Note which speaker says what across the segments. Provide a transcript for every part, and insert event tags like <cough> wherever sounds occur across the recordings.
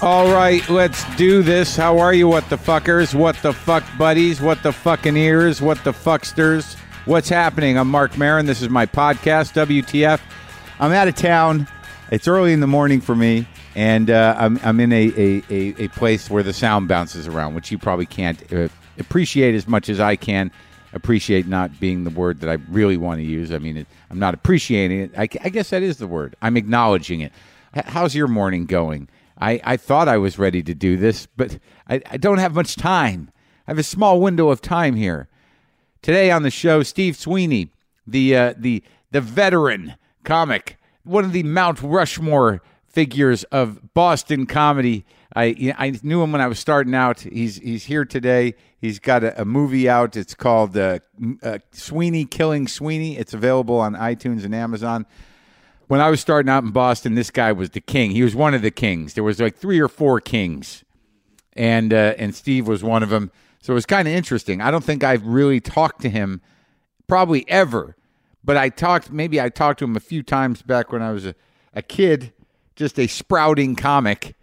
Speaker 1: All right, let's do this. How are you, what the fuckers? What the fuck buddies? What the fucking ears? What the fucksters? What's happening? I'm Mark Marin. This is my podcast, WTF. I'm out of town. It's early in the morning for me, and uh, I'm, I'm in a, a, a, a place where the sound bounces around, which you probably can't uh, appreciate as much as I can. Appreciate not being the word that I really want to use. I mean, it, I'm not appreciating it. I, I guess that is the word. I'm acknowledging it. H- how's your morning going? I, I thought I was ready to do this, but I, I don't have much time. I have a small window of time here. Today on the show, Steve Sweeney, the uh, the the veteran comic, one of the Mount Rushmore figures of Boston comedy. I I knew him when I was starting out. He's he's here today. He's got a, a movie out. It's called uh, uh, Sweeney Killing Sweeney. It's available on iTunes and Amazon when I was starting out in Boston, this guy was the king. He was one of the kings. There was like three or four kings, and uh, and Steve was one of them. So it was kind of interesting. I don't think I've really talked to him probably ever, but I talked maybe I talked to him a few times back when I was a, a kid, just a sprouting comic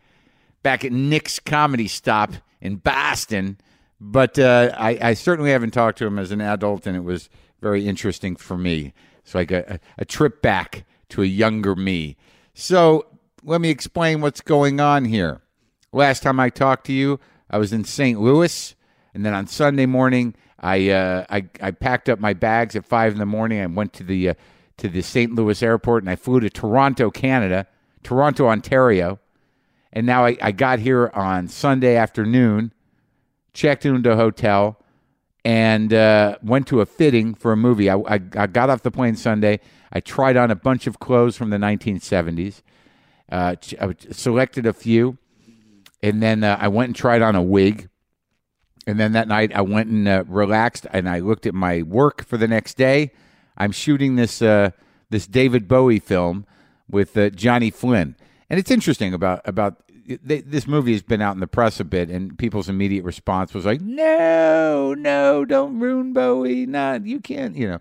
Speaker 1: back at Nick's Comedy Stop in Boston. But uh, I, I certainly haven't talked to him as an adult, and it was very interesting for me. It's like a, a, a trip back to a younger me. So let me explain what's going on here. Last time I talked to you, I was in St. Louis, and then on Sunday morning, I uh, I, I packed up my bags at five in the morning. I went to the uh, to the St. Louis airport, and I flew to Toronto, Canada, Toronto, Ontario, and now I, I got here on Sunday afternoon, checked into a hotel, and uh, went to a fitting for a movie. I, I, I got off the plane Sunday. I tried on a bunch of clothes from the 1970s, uh, ch- I selected a few, and then uh, I went and tried on a wig. And then that night, I went and uh, relaxed, and I looked at my work for the next day. I'm shooting this uh, this David Bowie film with uh, Johnny Flynn, and it's interesting about about th- this movie has been out in the press a bit, and people's immediate response was like, "No, no, don't ruin Bowie. Not you can't. You know,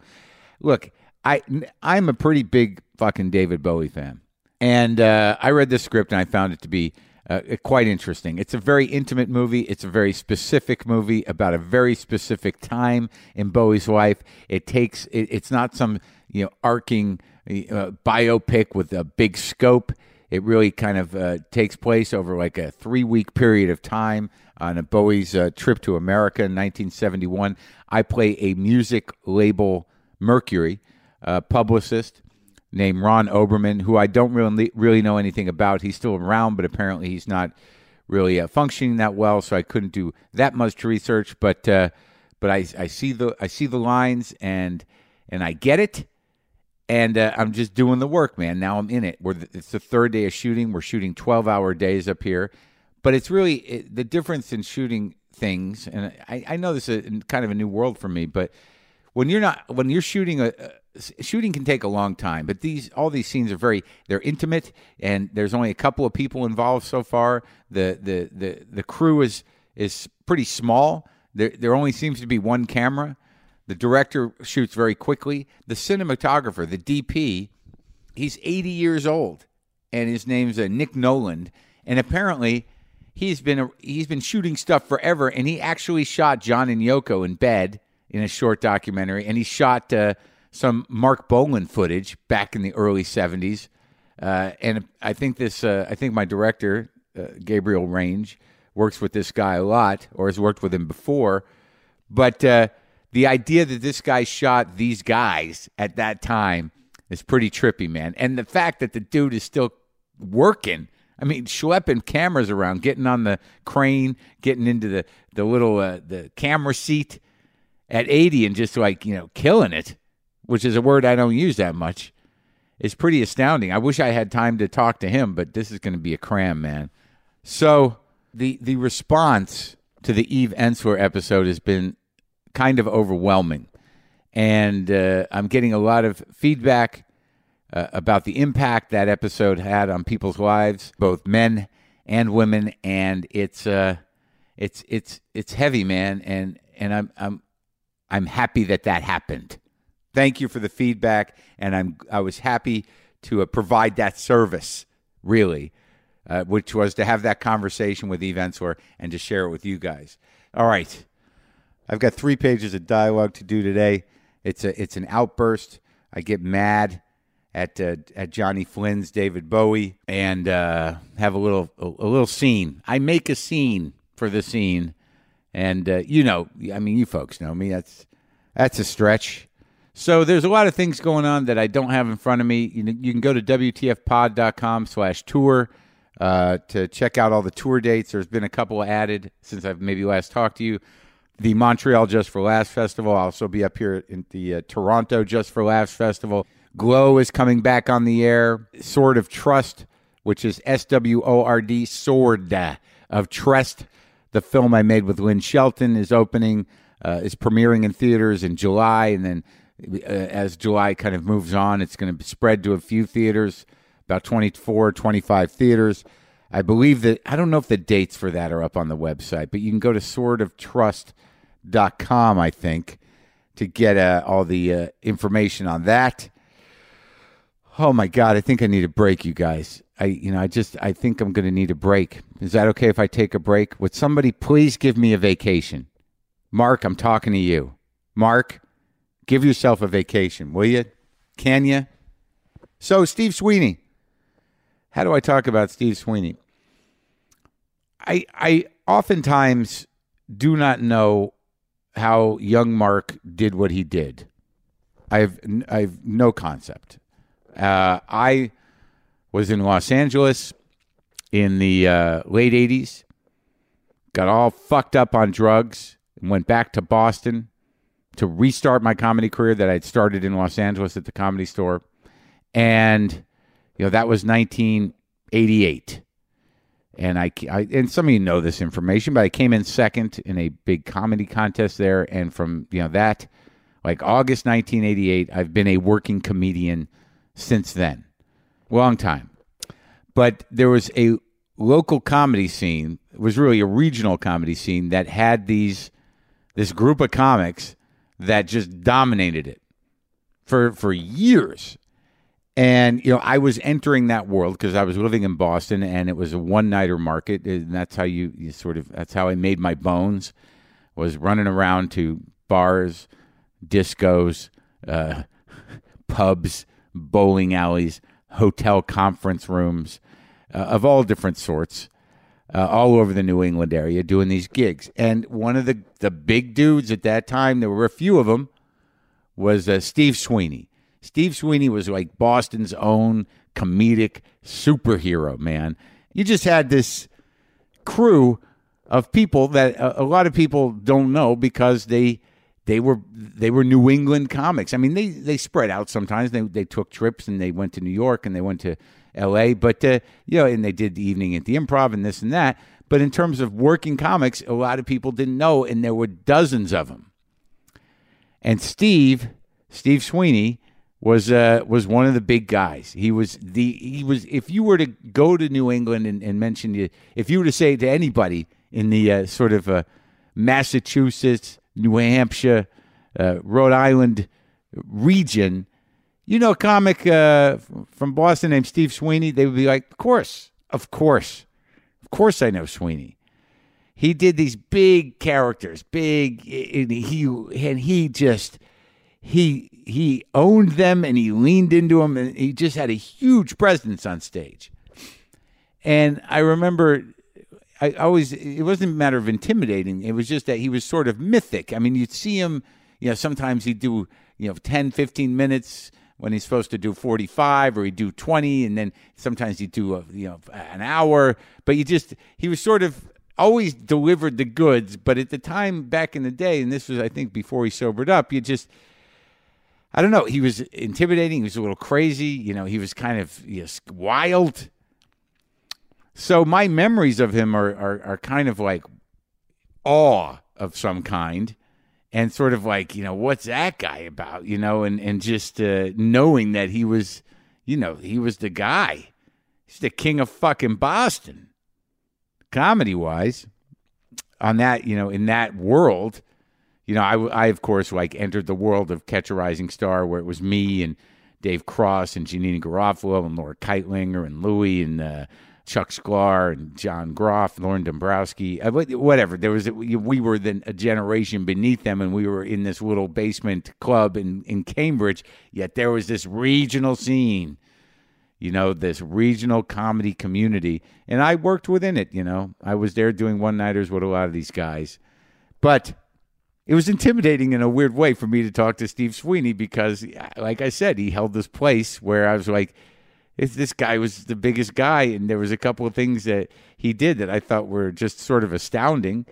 Speaker 1: look, I I'm a pretty big fucking David Bowie fan, and uh, I read the script and I found it to be uh, quite interesting. It's a very intimate movie. It's a very specific movie about a very specific time in Bowie's life. It takes it, it's not some you know arcing uh, biopic with a big scope. It really kind of uh, takes place over like a three week period of time on a Bowie's uh, trip to America in 1971. I play a music label Mercury uh, publicist named Ron Oberman, who I don't really really know anything about. He's still around, but apparently he's not really uh, functioning that well, so I couldn't do that much research. But uh, but I, I see the I see the lines and and I get it, and uh, I'm just doing the work, man. Now I'm in it. We're th- it's the third day of shooting. We're shooting 12 hour days up here, but it's really it, the difference in shooting things. And I, I know this is a, kind of a new world for me, but when you're not when you're shooting a, a- s- shooting can take a long time but these all these scenes are very they're intimate and there's only a couple of people involved so far the the the, the crew is is pretty small there there only seems to be one camera the director shoots very quickly the cinematographer the dp he's 80 years old and his name's uh, Nick Noland and apparently he's been a, he's been shooting stuff forever and he actually shot John and Yoko in bed in a short documentary and he shot uh, some Mark Bolan footage back in the early 70s uh, and I think this uh, I think my director uh, Gabriel Range works with this guy a lot or has worked with him before but uh, the idea that this guy shot these guys at that time is pretty trippy, man. And the fact that the dude is still working. I mean, schlepping cameras around, getting on the crane, getting into the the little uh, the camera seat at 80 and just like, you know, killing it, which is a word I don't use that much, is pretty astounding. I wish I had time to talk to him, but this is going to be a cram, man. So the the response to the Eve Ensler episode has been kind of overwhelming, and uh, I'm getting a lot of feedback uh, about the impact that episode had on people's lives, both men and women, and it's uh, it's it's it's heavy, man, and and I'm I'm I'm happy that that happened. Thank you for the feedback, and I'm I was happy to uh, provide that service really uh, which was to have that conversation with Eve Ensler and to share it with you guys. All right. I've got three pages of dialogue to do today. It's a it's an outburst. I get mad at uh, at Johnny Flynn's David Bowie and uh, have a little a, a little scene. I make a scene for the scene, and uh, you know, I mean, you folks know me. That's that's a stretch. So there's a lot of things going on that I don't have in front of me. You, know, you can go to WTFpod.com slash tour uh, to check out all the tour dates. There's been a couple added since I've maybe last talked to you. The Montreal Just for Laughs Festival. I'll also be up here at the uh, Toronto Just for Laughs Festival. Glow is coming back on the air. Sword of Trust, which is S W O R D, Sword of Trust. The film I made with Lynn Shelton is opening, uh, is premiering in theaters in July, and then uh, as July kind of moves on, it's going to spread to a few theaters, about 24, 25 theaters. I believe that, I don't know if the dates for that are up on the website, but you can go to swordoftrust.com, I think, to get uh, all the uh, information on that. Oh my God, I think I need a break, you guys. I, you know, I just, I think I'm going to need a break. Is that okay if I take a break? Would somebody please give me a vacation? Mark, I'm talking to you. Mark, give yourself a vacation, will you? Can you? So, Steve Sweeney. How do I talk about Steve Sweeney? I I oftentimes do not know how young Mark did what he did. I've I've no concept. Uh, I was in Los Angeles in the uh, late '80s. Got all fucked up on drugs. and Went back to Boston to restart my comedy career that I'd started in Los Angeles at the comedy store. And, you know, that was 1988. And I, I, and some of you know this information, but I came in second in a big comedy contest there. And from, you know, that, like August 1988, I've been a working comedian since then. Long time. But there was a local comedy scene, it was really a regional comedy scene that had these, this group of comics that just dominated it for for years. And you know, I was entering that world because I was living in Boston, and it was a one nighter market, eh, and that's how you, you sort of that's how I made my bones. Was running around to bars, discos, uh, <laughs> pubs, bowling alleys, hotel conference rooms uh, of all different sorts uh, all over the New England area doing these gigs. And one of the, the big dudes at that time, there were a few of them, was uh, Steve Sweeney. Steve Sweeney was like Boston's own comedic superhero, man. You just had this crew of people that uh, a, a lot of people don't know because they they were they were New England comics. I mean, they they spread out sometimes. They they took trips and they went to New York and they went to L.A. But uh, you know, and they did the evening at the Improv and this and that. But in terms of working comics, a lot of people didn't know, and there were dozens of them. And Steve Steve Sweeney was uh, was one of the big guys. He was the he was if you were to go to New England and, and mention you if you were to say to anybody in the uh, sort of uh, Massachusetts. New Hampshire, uh, Rhode Island region, you know, a comic uh, from Boston named Steve Sweeney, they would be like, Of course, of course, of course, I know Sweeney. He did these big characters, big, and he and he just he he owned them and he leaned into them and he just had a huge presence on stage. And I remember I always it wasn't a matter of intimidating. It was just that he was sort of mythic. I mean, you'd see him, you know, sometimes he'd do, you know, 10, 15 minutes when he's supposed to do 45 or he'd do 20 and then sometimes he'd do a, you know, an hour, but you just he was sort of always delivered the goods, but at the time back in the day and this was I think before he sobered up, you just I don't know, he was intimidating, he was a little crazy, you know, he was kind of you know, wild. So my memories of him are, are are kind of like awe of some kind, and sort of like you know what's that guy about, you know, and and just uh, knowing that he was, you know, he was the guy, he's the king of fucking Boston, comedy wise, on that you know in that world, you know I I of course like entered the world of Catch a Rising Star where it was me and Dave Cross and Janina Garofalo and Laura Keitlinger and Louie and. Uh, Chuck Sklar and John Groff, Lauren Dombrowski, uh, wh- whatever. There was we were then a generation beneath them, and we were in this little basement club in in Cambridge. Yet there was this regional scene, you know, this regional comedy community, and I worked within it. You know, I was there doing one nighters with a lot of these guys, but it was intimidating in a weird way for me to talk to Steve Sweeney because, like I said, he held this place where I was like, if this guy was the biggest guy, and there was a couple of things that he did that I thought were just sort of astounding,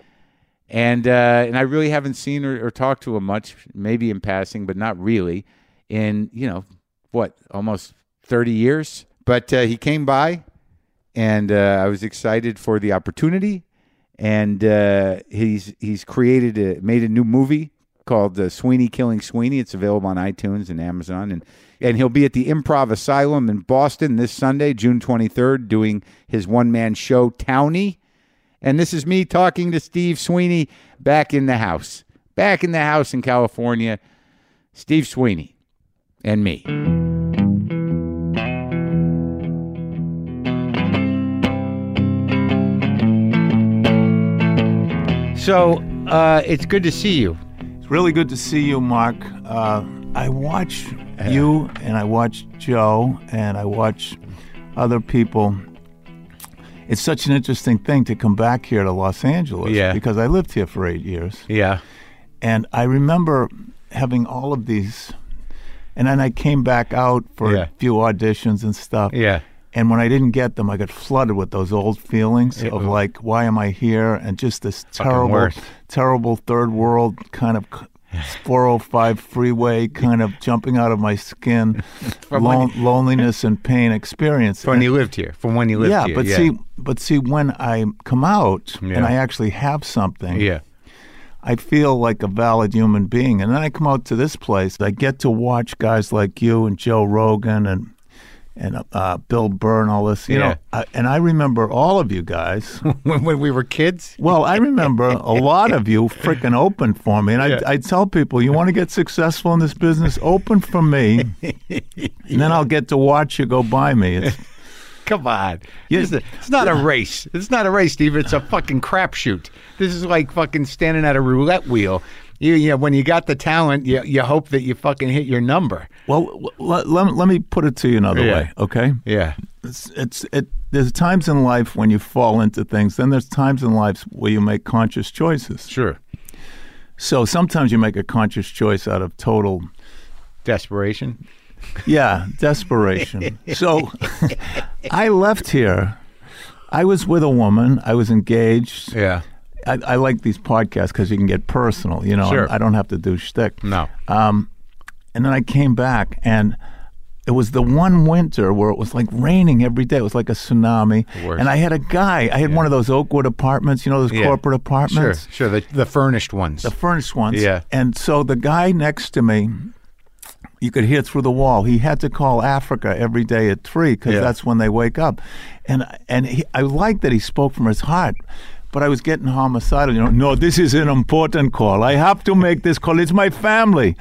Speaker 1: and uh, and I really haven't seen or, or talked to him much, maybe in passing, but not really, in you know what, almost thirty years. But uh, he came by, and uh, I was excited for the opportunity and uh, he's he's created a, made a new movie called uh, Sweeney Killing Sweeney. It's available on iTunes and Amazon, and and he'll be at the Improv Asylum in Boston this Sunday, June twenty third, doing his one man show Townie. And this is me talking to Steve Sweeney back in the house, back in the house in California. Steve Sweeney and me. So uh, it's good to see you.
Speaker 2: It's really good to see you, Mark. Uh, I watch you and I watch Joe and I watch other people. It's such an interesting thing to come back here to Los Angeles
Speaker 1: Yeah.
Speaker 2: because I lived here for eight years.
Speaker 1: Yeah,
Speaker 2: And I remember having all of these. And then I came back out for
Speaker 1: Yeah.
Speaker 2: a few auditions and stuff.
Speaker 1: yeah,
Speaker 2: And when I didn't get them, I got flooded with those old feelings of
Speaker 1: ooh.
Speaker 2: like, why am I here? And just this terrible,
Speaker 1: worst.
Speaker 2: terrible third world kind of c- 405 freeway kind of jumping out of my skin,
Speaker 1: <laughs> From
Speaker 2: lon-
Speaker 1: when-
Speaker 2: loneliness and pain experience.
Speaker 1: From when you lived here, from when you lived
Speaker 2: yeah,
Speaker 1: here.
Speaker 2: but see, but see, when I come out
Speaker 1: Yeah.
Speaker 2: and I actually have something,
Speaker 1: yeah,
Speaker 2: I feel like a valid human being. And then I come out to this place. I get to watch guys like you and Joe Rogan and and uh, Bill Burr and all this. You
Speaker 1: Yeah.
Speaker 2: know, I, and I remember all of you guys.
Speaker 1: <laughs> when, when we were kids.
Speaker 2: Well, I remember a lot of you freaking opened for me. And I,
Speaker 1: Yeah.
Speaker 2: I tell people, you want to get successful in this business, open for me,
Speaker 1: <laughs>
Speaker 2: and then I'll get to watch you go by me. It's,
Speaker 1: Come on.
Speaker 2: Yeah.
Speaker 1: This is- it's not a race. It's not a race, Steve. It's a fucking crapshoot. This is like fucking standing at a roulette wheel. You, you know, when you got the talent, you, you hope that you fucking hit your number.
Speaker 2: well, w- let, let, let me put it to you another
Speaker 1: Yeah.
Speaker 2: way, okay?
Speaker 1: Yeah.
Speaker 2: it's, it's it. There's times in life when you fall into things. Then there's times in life where you make conscious choices.
Speaker 1: Sure.
Speaker 2: So sometimes you make a conscious choice out of total,
Speaker 1: Desperation.
Speaker 2: yeah,
Speaker 1: <laughs>
Speaker 2: desperation. so I left here. I was with a woman. I was engaged.
Speaker 1: Yeah.
Speaker 2: I, I like these podcasts because you can get personal. You know,
Speaker 1: Sure.
Speaker 2: I don't have to do shtick.
Speaker 1: No.
Speaker 2: And then I came back and it was the one winter where it was like raining every day. It was like a tsunami.
Speaker 1: worst.
Speaker 2: And I had a guy, I had one of those Oakwood apartments, you know, those
Speaker 1: Yeah.
Speaker 2: corporate
Speaker 1: sure.
Speaker 2: apartments,
Speaker 1: Sure. The, the furnished ones.
Speaker 2: the furnished ones.
Speaker 1: Yeah.
Speaker 2: And so the guy next to me, you could hear through the wall. He had to call Africa every day at three because
Speaker 1: Yeah.
Speaker 2: that's when they wake up. And and he, I like that he spoke from his heart. But I was getting homicidal. You know, no, this is an important call. I have to make this call. It's my
Speaker 1: <laughs>
Speaker 2: family.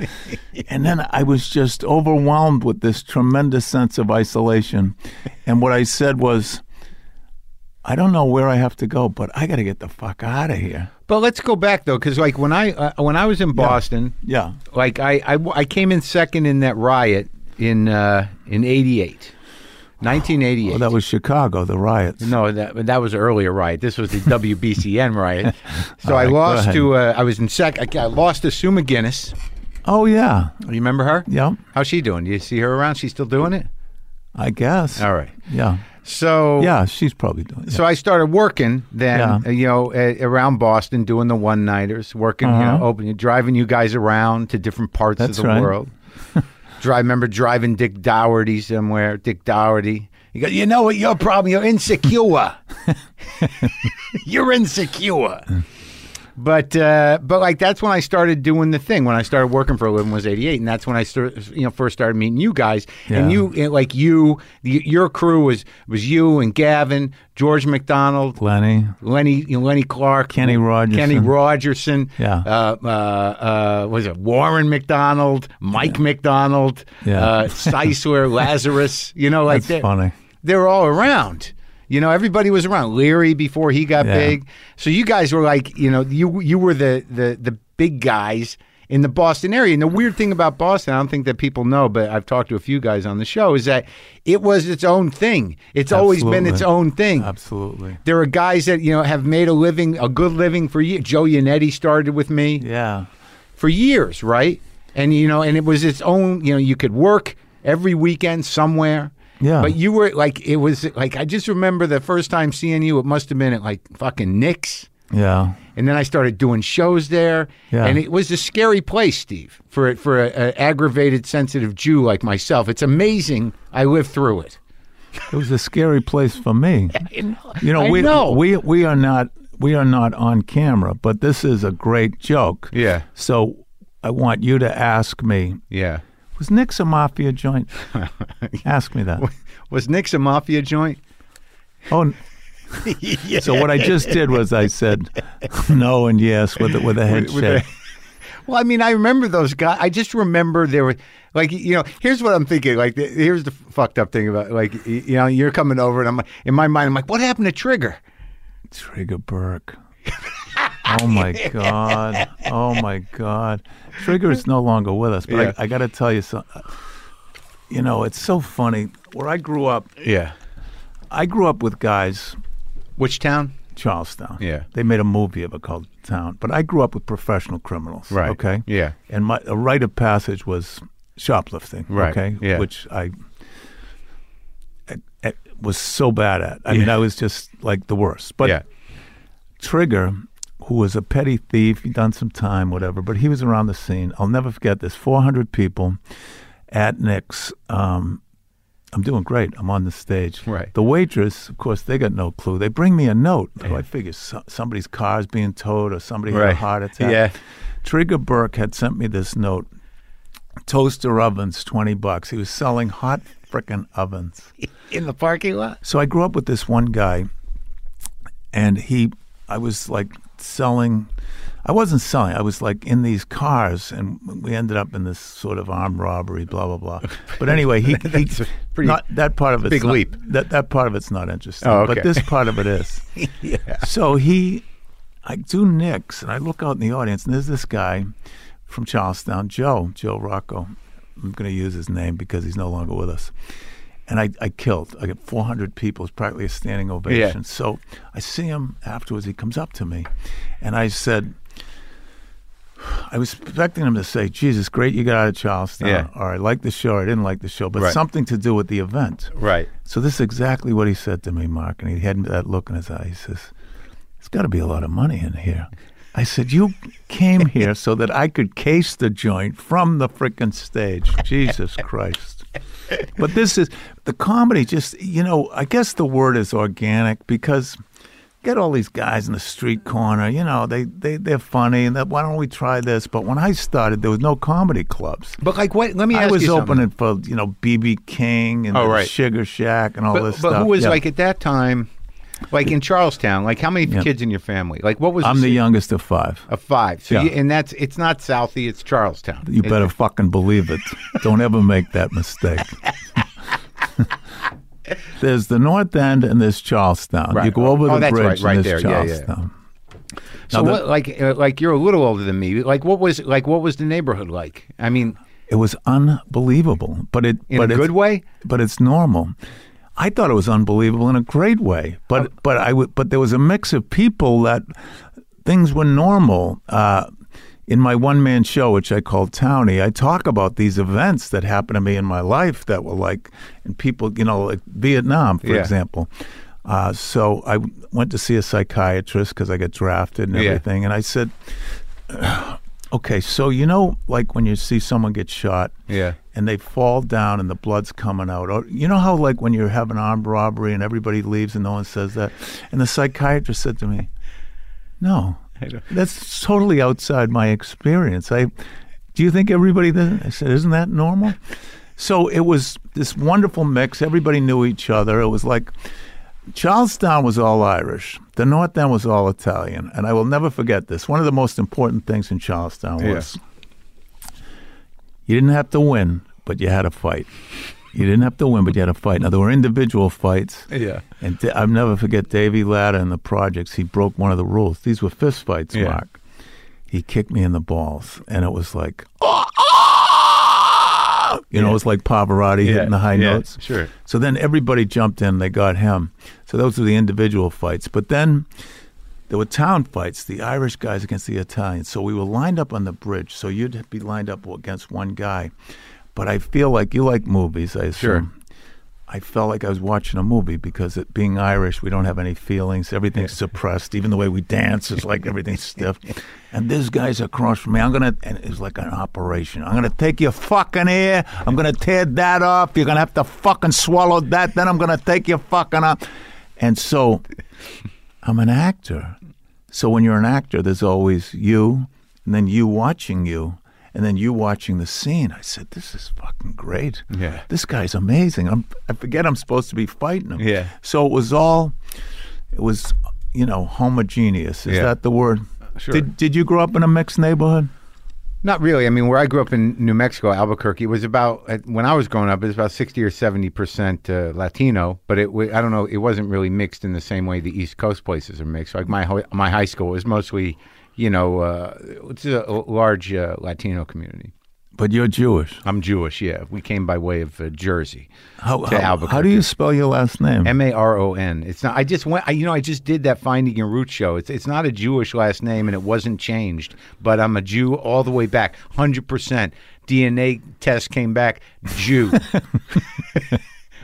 Speaker 2: and then I was just overwhelmed with this tremendous sense of isolation. And what I said was, I don't know where I have to go, but I got to get the fuck out of here.
Speaker 1: but let's go back though, because like when I uh, when I was in Boston,
Speaker 2: Yeah.
Speaker 1: like I, I w- I came in second in that riot in uh, in '88, 1988.
Speaker 2: Well, that was Chicago, the riots.
Speaker 1: No, that that was earlier riot. This was
Speaker 2: <laughs>
Speaker 1: the WBCN riot. So
Speaker 2: All
Speaker 1: I
Speaker 2: right, go
Speaker 1: lost
Speaker 2: ahead.
Speaker 1: to uh, I was in sec. I, I lost to Sue McGinnis.
Speaker 2: Oh yeah,
Speaker 1: You remember her?
Speaker 2: yeah.
Speaker 1: How's she doing? Do you see her around? She's still doing it.
Speaker 2: I guess.
Speaker 1: All right.
Speaker 2: Yeah.
Speaker 1: So
Speaker 2: Yeah, she's probably doing. it.
Speaker 1: So I started working then,
Speaker 2: Yeah.
Speaker 1: uh, you know, a around Boston, doing the one nighters, working, you know, opening, driving you guys around to different parts
Speaker 2: Uh-huh. That's
Speaker 1: of the
Speaker 2: right. <laughs>
Speaker 1: world. Dri- I remember driving Dick Dougherty somewhere. Dick Dougherty. He goes, you know what your problem? You're insecure. <laughs> You're insecure. But uh, but like that's when I started doing the thing. When I started working for a living was '88, and that's when I star- you know first started meeting you guys. And
Speaker 2: Yeah.
Speaker 1: you and, like you, y- your crew was was you and Gavin, George McDonald,
Speaker 2: Lenny.
Speaker 1: Lenny you know, Lenny Clark,
Speaker 2: Kenny Rogerson.
Speaker 1: Kenny Rogerson,
Speaker 2: Yeah.
Speaker 1: uh, uh, uh, was it Warren McDonald, Mike McDonald,
Speaker 2: Yeah. <laughs>
Speaker 1: uh, Seisler, Lazarus? You know, like
Speaker 2: That's
Speaker 1: they're-
Speaker 2: funny.
Speaker 1: They're all around.
Speaker 3: You know, everybody was around Leary before he got
Speaker 2: Yeah.
Speaker 3: big. So you guys were like, you know, you you were the the the big guys in the Boston area. And the weird thing about Boston, I don't think that people know, but I've talked to a few guys on the show, is that it was its own thing. It's always been its
Speaker 2: Absolutely.
Speaker 3: own thing.
Speaker 2: Absolutely.
Speaker 3: There are guys that you know have made a living, a good living for years. Joe Yannetti started with me
Speaker 2: Yeah.
Speaker 3: for years, right? And you know, and it was its own. You know, you could work every weekend somewhere.
Speaker 2: Yeah.
Speaker 3: But you were like, it was like I just remember the first time seeing you. It must have been at like fucking Nick's,
Speaker 2: Yeah.
Speaker 3: and then I started doing shows there.
Speaker 2: Yeah.
Speaker 3: And it was a scary place, Steve, for for an aggravated, sensitive Jew like myself. It's amazing I lived through it.
Speaker 2: It was a scary place for me. You know,
Speaker 3: I
Speaker 2: we
Speaker 3: know.
Speaker 2: we we are not we are not on camera, but this is a great joke.
Speaker 3: Yeah.
Speaker 2: So I want you to ask me,
Speaker 3: Yeah. <laughs>
Speaker 2: was Nick's a mafia joint?
Speaker 3: <laughs>
Speaker 2: ask me that.
Speaker 3: Was Nick's a mafia joint? <laughs>
Speaker 2: Oh. n- So what I just did was I said <laughs> no and yes with a- with a head
Speaker 3: with a-
Speaker 2: shake.
Speaker 3: <laughs> Well, I mean, I remember those guys. I just remember there were like, you know, here's what I'm thinking. Like, the, here's the fucked up thing about like, y- you know, you're coming over, and I'm like, in my mind, I'm like, what happened to Trigger?
Speaker 2: Trigger Burke.
Speaker 3: <laughs>
Speaker 2: Oh my God! Oh my God! Trigger is no longer with us, but
Speaker 3: Yeah.
Speaker 2: I, I got to tell you something. You know, it's so funny. Where I grew up,
Speaker 3: Yeah.
Speaker 2: I grew up with guys
Speaker 3: Which town?
Speaker 2: Charlestown.
Speaker 3: Yeah.
Speaker 2: They made a movie of it called Town. But I grew up with professional criminals.
Speaker 3: Right.
Speaker 2: Okay.
Speaker 3: Yeah.
Speaker 2: And my a rite of passage was shoplifting.
Speaker 3: Right.
Speaker 2: Okay.
Speaker 3: Yeah.
Speaker 2: Which I, I- I was so bad at. I mean, I was just like the worst. But
Speaker 1: Yeah.
Speaker 2: Trigger, who was a petty thief, he'd done some time, whatever, but he was around the scene. I'll never forget this 400 people at Nick's. Um, I'm doing great. I'm on the stage.
Speaker 1: Right.
Speaker 2: The waitress, of course, they got no clue. They bring me a note. So I figure so- somebody's car's being towed or somebody had a
Speaker 3: <laughs>
Speaker 1: Right. <laughs>
Speaker 2: heart attack.
Speaker 1: Yeah.
Speaker 2: Trigger Burke had sent me this note toaster ovens, 20 bucks. He was selling hot frickin' ovens.
Speaker 3: In the parking lot?
Speaker 2: So I grew up with this one guy, and he, I was like selling, I wasn't selling, I was like in these cars, and we ended up in this sort of armed robbery, blah, blah, blah. But anyway, he,
Speaker 3: <laughs>
Speaker 2: he
Speaker 3: That's pretty-
Speaker 2: not, that part of it's
Speaker 3: big
Speaker 2: not-
Speaker 3: leap.
Speaker 2: That, that part of it's not interesting,
Speaker 3: Oh, okay.
Speaker 2: but this part of it is.
Speaker 3: <laughs> Yeah.
Speaker 2: So he, I do Nick's, and I look out in the audience, and there's this guy from Charlestown, Joe, Joe Rocco. I'm going to use his name because he's no longer with us. And I, I killed. I got 400 people. It's practically a standing ovation. So I see him afterwards. He comes up to me, and I said, I was expecting him to say, "Jesus, great, you got out of Charlestown,"
Speaker 1: Yeah.
Speaker 2: or "I like the show," or "I didn't like the show," but
Speaker 1: Right.
Speaker 2: something to do with the event.
Speaker 1: Right.
Speaker 2: So this is exactly what he said to me, Mark, and he had that look in his eye. He says, "There's got to be a lot of money in here." I said, "You came here so that I could case the joint from the frickin' stage." Jesus Christ! But this is the comedy. Just you know, I guess the word is organic because. Get all these guys in the street corner, you know, they, they, they're funny, and that, why don't we try this? But when I started, there was no comedy clubs.
Speaker 3: But like, what? Let me ask
Speaker 2: I was
Speaker 3: you something.
Speaker 2: opening for you know BB King and
Speaker 3: Oh,
Speaker 2: the
Speaker 3: right.
Speaker 2: Sugar Shack and all
Speaker 3: But,
Speaker 2: this
Speaker 3: but
Speaker 2: stuff.
Speaker 3: who was
Speaker 2: Yeah.
Speaker 3: like at that time, like in Charlestown? Like, how many
Speaker 2: Yeah.
Speaker 3: kids in your family? Like, what was
Speaker 2: I'm the
Speaker 3: city?
Speaker 2: youngest of five.
Speaker 3: Of five. So
Speaker 2: Yeah.
Speaker 3: you, and that's it's not Southie, it's Charlestown.
Speaker 2: You better fucking believe it. Don't ever make that mistake.
Speaker 3: <laughs>
Speaker 2: there's the North End and there's Charlestown. You
Speaker 3: Right.
Speaker 2: go over
Speaker 3: Oh,
Speaker 2: the
Speaker 3: that's
Speaker 2: bridge
Speaker 3: right, right
Speaker 2: and
Speaker 3: there.
Speaker 2: there's
Speaker 3: Yeah, yeah.
Speaker 2: Charlestown.
Speaker 3: So
Speaker 2: Now the-
Speaker 3: what, like uh, like you're a little older than me. Like what was like what was the neighborhood like? I mean,
Speaker 2: It was unbelievable, but it
Speaker 3: in
Speaker 2: but
Speaker 3: a
Speaker 2: it's-
Speaker 3: good way.
Speaker 2: but it's normal. I thought it was unbelievable in a great way, but
Speaker 3: Oh.
Speaker 2: but I w- but there was a mix of people that things were normal. Uh, in my one man show, which I call Townie, I talk about these events that happened to me in my life that were like, and people, you know, like Vietnam, for
Speaker 3: Yeah.
Speaker 2: example. Uh, so I w- went to see a psychiatrist because I got drafted and
Speaker 3: Yeah.
Speaker 2: everything, and I said, <sighs> "Okay, so you know, like when you see someone get shot,
Speaker 1: Yeah.
Speaker 2: and they fall down and the blood's coming out. Or you know how like when you have an armed robbery and everybody leaves and no one says that. And the psychiatrist said to me, "No, that's totally outside my experience. I do you think everybody does?" I said, "Isn't that normal?" So it was this wonderful mix. Everybody knew each other. It was like Charlestown was all Irish. The North End was all Italian. And I will never forget this. One of the most important things in Charlestown was you didn't have to win, but you had a fight. You didn't have to win, but you had a fight. Now there were individual fights.
Speaker 3: Yeah.
Speaker 2: And Da- I'll never forget Davey Latta and the projects. He broke one of the rules. These were fist fights,
Speaker 3: Yeah.
Speaker 2: Mark. He kicked me in the balls, and it was like, <laughs> you know, it was like Pavarotti
Speaker 3: Yeah,
Speaker 2: hitting the high
Speaker 3: yeah,
Speaker 2: notes.
Speaker 3: sure.
Speaker 2: So then everybody jumped in. They got him. So those were the individual fights. But then there were town fights, the Irish guys against the Italians. So we were lined up on the bridge. So you'd be lined up against one guy. But I feel like you like movies, I assume.
Speaker 3: Sure.
Speaker 2: I felt like I was watching a movie because it, being Irish, we don't have any feelings. Everything's suppressed. Even the way we dance is like everything's stiff. And this guy's across from me. I'm gonna. And it was like an operation. I'm gonna take your fucking ear. I'm gonna tear that off. You're gonna have to fucking swallow that. Then I'm gonna take your fucking up. And so, I'm an actor. So when you're an actor, there's always you, and then you watching you, and then you watching the scene. I said, "This is fucking great.
Speaker 3: Yeah.
Speaker 2: this guy's amazing." I'm, I forget I'm supposed to be fighting him.
Speaker 3: Yeah.
Speaker 2: So it was all, it was, you know, homogeneous. Is
Speaker 3: Yeah. Uh,
Speaker 2: that the word?
Speaker 3: Sure.
Speaker 2: Did Did you grow up in a mixed neighborhood?
Speaker 3: Not really. I mean, where I grew up in New Mexico, Albuquerque, it was about uh, when I was growing up, it was about sixty or seventy percent uh, Latino. But it, wa- I don't know, it wasn't really mixed in the same way the East Coast places are mixed. Like my ho- my high school was mostly, you know, uh, it's a l- large uh, Latino community.
Speaker 2: But you're Jewish.
Speaker 3: I'm Jewish. Yeah, we came by way of uh, Jersey.
Speaker 2: How
Speaker 3: To
Speaker 2: how,
Speaker 3: Albuquerque.
Speaker 2: how do you spell your last name?
Speaker 3: M A R O N. It's not. I just went. I, you know, I just did that Finding Your Roots show. It's it's not a Jewish last name, and it wasn't changed. But I'm a Jew all the way back, hundred percent. DNA test came back Jew, <laughs>
Speaker 2: <laughs> can see-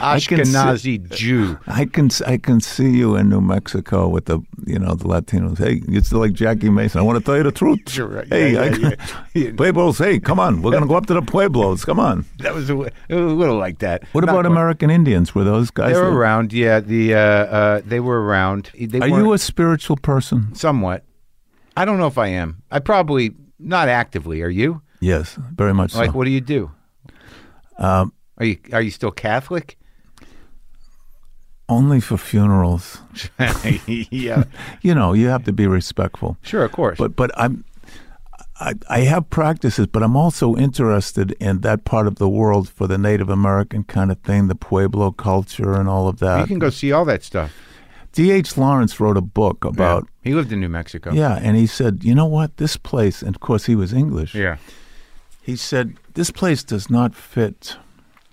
Speaker 3: Ashkenazi Jew.
Speaker 2: I can I can see you in New Mexico with the you know the Latinos. Hey, you're still like Jackie Mason. I want to tell you the truth.
Speaker 3: <laughs> You're right.
Speaker 2: Hey,
Speaker 3: Yeah,
Speaker 2: I
Speaker 3: yeah,
Speaker 2: can, <laughs> Pueblos. Hey, come on. We're gonna go up to the pueblos. Come on.
Speaker 3: That was a, li- a little like that.
Speaker 2: What
Speaker 3: Not
Speaker 2: about
Speaker 3: quite.
Speaker 2: American Indians? Were those guys?
Speaker 3: They were
Speaker 2: there?
Speaker 3: around. Yeah, the uh, uh, they were around. They
Speaker 2: Are
Speaker 3: weren't-
Speaker 2: you a spiritual person?
Speaker 3: somewhat? I don't know if I am. I probably not actively. Are you?
Speaker 2: Yes, very much
Speaker 3: Like,
Speaker 2: so. um,
Speaker 3: what do you do? are you are you still
Speaker 2: <laughs>
Speaker 3: Catholic?
Speaker 2: Only for funerals.
Speaker 3: yeah,
Speaker 2: You know, you have to be respectful.
Speaker 3: sure, of course.
Speaker 2: But but I'm I, I have practices, but I'm also interested in that part of the world for the Native American kind of thing, the Pueblo culture, and all of that.
Speaker 3: you can go see all that stuff.
Speaker 2: D.H. Lawrence wrote a book about,
Speaker 3: he lived in New Mexico.
Speaker 2: yeah. and he said, you know what, this place, and of course he was English,
Speaker 3: yeah,
Speaker 2: he said, this place does not fit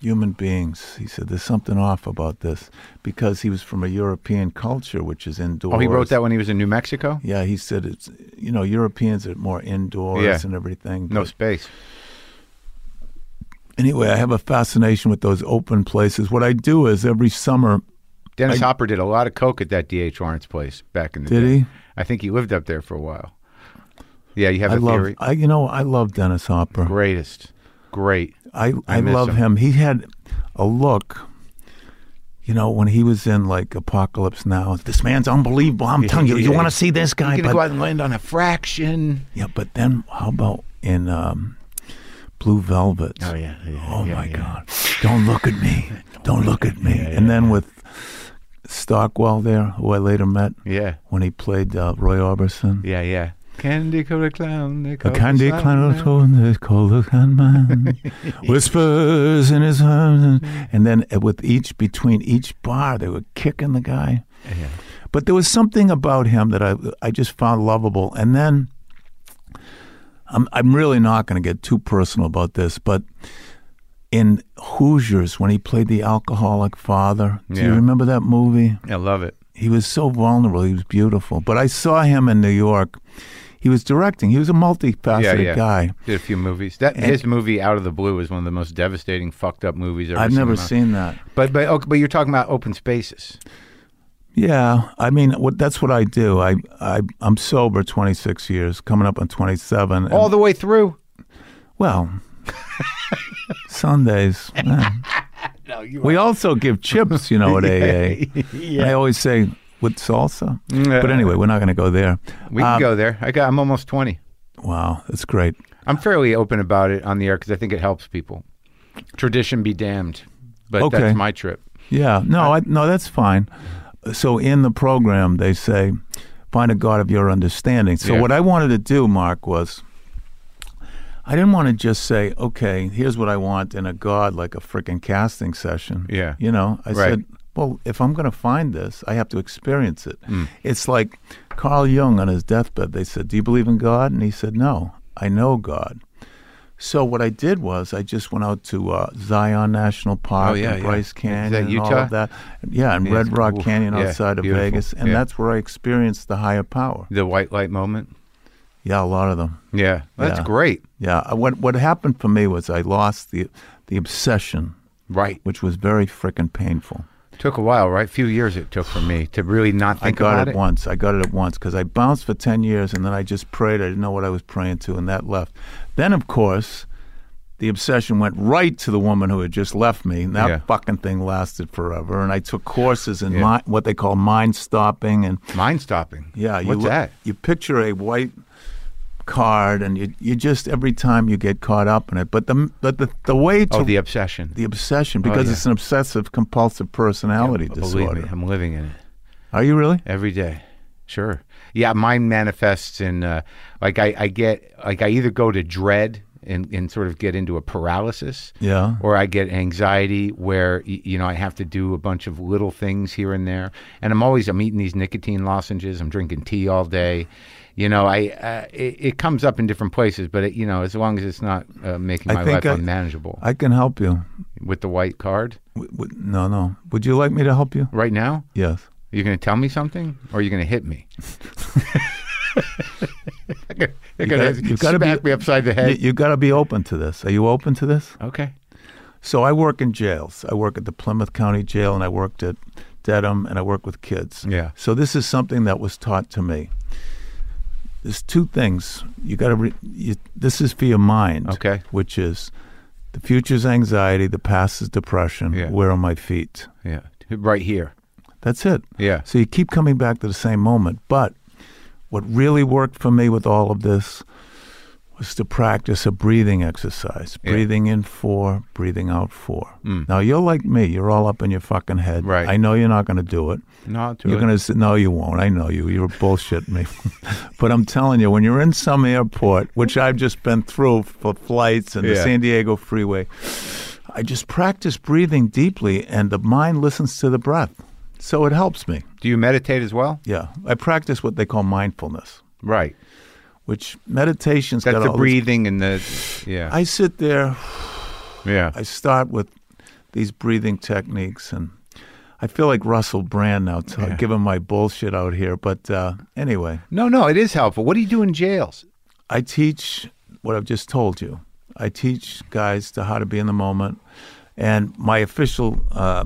Speaker 2: human beings. He said, there's something off about this because he was from a European culture, which is indoors.
Speaker 3: Oh, he wrote that when he was in New Mexico.
Speaker 2: Yeah, he said, it's, you know, Europeans are more indoors
Speaker 3: Yeah.
Speaker 2: and everything.
Speaker 3: No
Speaker 2: but-
Speaker 3: space.
Speaker 2: anyway, I have a fascination with those open places. What I do is every summer,
Speaker 3: Dennis
Speaker 2: I-
Speaker 3: Hopper did a lot of coke at that D.H. Lawrence place back in the
Speaker 2: Did
Speaker 3: day.
Speaker 2: he?
Speaker 3: I think he lived up there for a while. Yeah, you have
Speaker 2: I
Speaker 3: a
Speaker 2: love,
Speaker 3: theory.
Speaker 2: I, you know, I love Dennis Hopper.
Speaker 3: Greatest, great.
Speaker 2: I, I,
Speaker 3: miss
Speaker 2: love
Speaker 3: him.
Speaker 2: him. He had a look, you know, when he was in like Apocalypse Now. This man's unbelievable. I'm telling you, you
Speaker 3: yeah. <laughs>
Speaker 2: want to see this guy?
Speaker 3: You're gonna
Speaker 2: But,
Speaker 3: go out and land on a fraction.
Speaker 2: yeah, but then how about in um, Blue Velvet?
Speaker 3: Oh, yeah, yeah,
Speaker 2: Oh
Speaker 3: yeah,
Speaker 2: my
Speaker 3: yeah.
Speaker 2: God! Don't look at me. Don't look at
Speaker 3: <laughs>
Speaker 2: me. and then with Stockwell there, who I later met
Speaker 3: Yeah,
Speaker 2: when he played uh, Roy Orbison.
Speaker 3: yeah, yeah. Candy coated clown. they
Speaker 2: A
Speaker 3: call
Speaker 2: candy
Speaker 3: the
Speaker 2: clown
Speaker 3: sun.
Speaker 2: tone is called the Sandman.
Speaker 3: <laughs>
Speaker 2: Whispers in his arms. And then uh, with each, between each bar, they were kicking the guy.
Speaker 3: Yeah.
Speaker 2: But there was something about him that I, I just found lovable. And then I'm, I'm really not going to get too personal about this, but in Hoosiers, when he played the alcoholic father, do you
Speaker 3: Yeah.
Speaker 2: remember that movie?
Speaker 3: I love it.
Speaker 2: He was so vulnerable. He was beautiful. But I saw him in New York. He was directing. He was a multifaceted
Speaker 3: Yeah, yeah.
Speaker 2: guy.
Speaker 3: Did a few movies. That his movie Out of the Blue is one of the most devastating, fucked up movies ever
Speaker 2: I've
Speaker 3: seen
Speaker 2: never
Speaker 3: in my-
Speaker 2: seen that.
Speaker 3: But but okay, but you're talking about open spaces.
Speaker 2: Yeah, I mean, what, that's what I do. I, I I'm sober 26 years, coming up on 27. and-
Speaker 3: All the way through. <laughs>
Speaker 2: well, Sundays. eh. we also give chips, you
Speaker 3: <laughs>
Speaker 2: know, at AA. I always say with salsa,
Speaker 3: Yeah.
Speaker 2: but anyway, we're not going to go there. Um,
Speaker 3: We can go there. I got I'm almost 20.
Speaker 2: Wow, that's great.
Speaker 3: I'm fairly open about it on the air cuz I think it helps people. Tradition be damned. But
Speaker 2: Okay.
Speaker 3: that's my trip.
Speaker 2: Yeah, no, I, no, that's fine. So in the program, they say, find a God of your understanding. So
Speaker 3: Yeah.
Speaker 2: what I wanted to do, Mark, was I didn't want to just say, okay, here's what I want in a God, like a freaking casting session.
Speaker 1: Yeah.
Speaker 2: You know, I
Speaker 1: Right.
Speaker 2: said, well, if I'm going to find this, I have to experience it. It's like Carl Jung on his deathbed. They said, do you believe in God? And he said, no, I know God. So what I did was I just went out to uh, Zion National
Speaker 3: Oh,
Speaker 2: Park
Speaker 1: yeah,
Speaker 2: and
Speaker 1: yeah.
Speaker 2: Bryce Canyon and all
Speaker 3: Utah?
Speaker 2: of that. Yeah, and Red
Speaker 3: it's-
Speaker 2: Rock
Speaker 3: oof.
Speaker 2: Canyon
Speaker 3: Yeah,
Speaker 2: outside of
Speaker 3: beautiful.
Speaker 2: Vegas. And
Speaker 3: Yeah.
Speaker 2: that's where I experienced the higher power.
Speaker 3: The white light moment.
Speaker 2: Yeah, a lot of them.
Speaker 3: Yeah, that's
Speaker 2: Yeah.
Speaker 3: great.
Speaker 2: Yeah, I- what what happened for me was I lost the the obsession,
Speaker 3: Right.
Speaker 2: which was very frickin' painful.
Speaker 3: Took a while, right? few years it took for me to really not
Speaker 2: I
Speaker 3: think
Speaker 2: got
Speaker 3: about
Speaker 2: it, once. I got it at once because I bounced for ten years, and then I just prayed. I didn't know what I was praying to, and that left. Then, of course, the obsession went right to the woman who had just left me. And that
Speaker 1: Yeah.
Speaker 2: fucking thing lasted forever. And I took courses in mi- what they call mind stopping and
Speaker 3: Mind stopping.
Speaker 2: Yeah, you
Speaker 3: What's
Speaker 2: look-
Speaker 3: that?
Speaker 2: You picture a white card, and you you just every time you get caught up in it. But the but the, the way to
Speaker 3: Oh, the obsession.
Speaker 2: the obsession because
Speaker 3: yeah.
Speaker 2: it's an obsessive compulsive personality
Speaker 3: Believe me,
Speaker 2: disorder.
Speaker 3: I'm living in it.
Speaker 2: Are you really?
Speaker 3: every day sure yeah mine manifests in uh, like I, I get like i either go to dread and, and sort of get into a paralysis
Speaker 2: Yeah.
Speaker 3: or i get anxiety where y- you know i have to do a bunch of little things here and there and i'm always i'm eating these nicotine lozenges i'm drinking tea all day you know i uh, it, it comes up in different places but it, you know as long as it's not uh, making
Speaker 2: I
Speaker 3: my
Speaker 2: think
Speaker 3: life
Speaker 2: I-
Speaker 3: unmanageable
Speaker 2: I can help you.
Speaker 3: with the white card
Speaker 2: W- w- no, no. Would you like me to help you?
Speaker 3: right now
Speaker 2: Yes.
Speaker 3: You're going to tell me something, or you're going to hit <laughs> me. They're going
Speaker 2: gotta-
Speaker 3: to
Speaker 2: you've gotta be-
Speaker 3: smack me upside the
Speaker 2: You,
Speaker 3: head.
Speaker 2: you got to be open to this. Are you open to this?
Speaker 3: okay.
Speaker 2: So I work in jails. I work at the Plymouth County Jail, and I worked at Dedham, and I work with kids.
Speaker 1: Yeah.
Speaker 2: So this is something that was taught to me. There's two things you got to. Re- you, this is for your mind.
Speaker 3: Okay.
Speaker 2: Which is, the future's anxiety, the past is depression.
Speaker 1: Yeah.
Speaker 2: Where are my feet?
Speaker 3: Yeah. Right here.
Speaker 2: That's it.
Speaker 1: Yeah.
Speaker 2: So you keep coming back to the same moment. But what really worked for me with all of this was to practice a breathing exercise
Speaker 1: Yeah. Mm.
Speaker 2: breathing in four, breathing out four. Now, you're like me, you're all up in your fucking head.
Speaker 1: Right.
Speaker 2: I know you're not going to do it.
Speaker 1: Not
Speaker 2: You're going to say, no, you won't. I know you. You're bullshitting me. <laughs> but I'm telling you, when you're in some airport, which I've just been through for flights and the
Speaker 1: Yeah.
Speaker 2: San Diego freeway, I just practice breathing deeply and the mind listens to the breath. So it helps me.
Speaker 3: Do you meditate as well?
Speaker 2: Yeah. I practice what they call mindfulness,
Speaker 1: Right.
Speaker 2: which meditation's
Speaker 3: That's
Speaker 2: got
Speaker 3: the
Speaker 2: all this-
Speaker 3: breathing and the
Speaker 1: Yeah.
Speaker 2: I sit there
Speaker 1: yeah.
Speaker 2: I start with these breathing techniques, and I feel like Russell Brand now, t- giving my bullshit out here. But uh, anyway,
Speaker 3: no, no. It is helpful. What do you do in jails?
Speaker 2: I teach what I've just told you. I teach guys to how to be in the moment, and my official uh,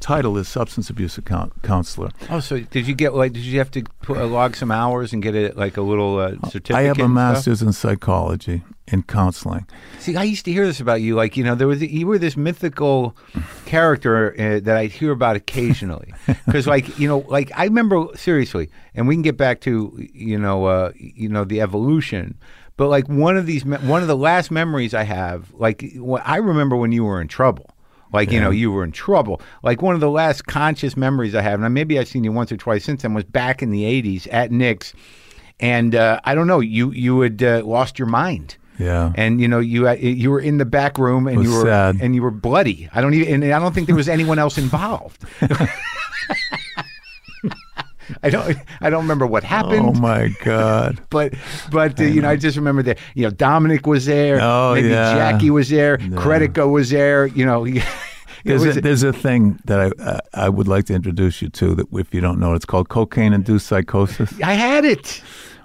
Speaker 2: title is substance abuse account- counselor.
Speaker 3: Oh, so did you get like? Did you have to put, uh, log some hours and get a, like a little uh, certificate?
Speaker 2: I have a
Speaker 3: and stuff?
Speaker 2: master's in psychology in counseling.
Speaker 3: See, I used to hear this about you. Like, you know, there was you were this mythical character uh, that I hear about occasionally. Because, like, you know, like I remember seriously, and we can get back to you know, uh, you know, the evolution. But like one of these, me- one of the last memories I have, like wh- I remember when you were in trouble. Like you know, you were in trouble. Like one of the last conscious memories I have, and maybe I've seen you once or twice since then, was back in the '80s at Nick's, and uh, I don't know, you you had uh, lost your mind
Speaker 2: Yeah.
Speaker 3: and you know you uh, you were in the back room and
Speaker 2: was
Speaker 3: you were
Speaker 2: sad.
Speaker 3: and you were bloody. I don't even and I don't think there was anyone else involved. <laughs> I don't I don't remember what happened.
Speaker 2: Oh my God.
Speaker 3: But but uh, you know I just remember that you know Dominic was there,
Speaker 2: Oh,
Speaker 3: maybe
Speaker 2: yeah.
Speaker 3: Jackie was there, Credico was there. You know, <laughs> it
Speaker 2: There's,
Speaker 3: was-
Speaker 2: a, there's a thing that I, uh, I would like to introduce you to that if you don't know it, it's called cocaine induced psychosis.
Speaker 3: <laughs> I had it.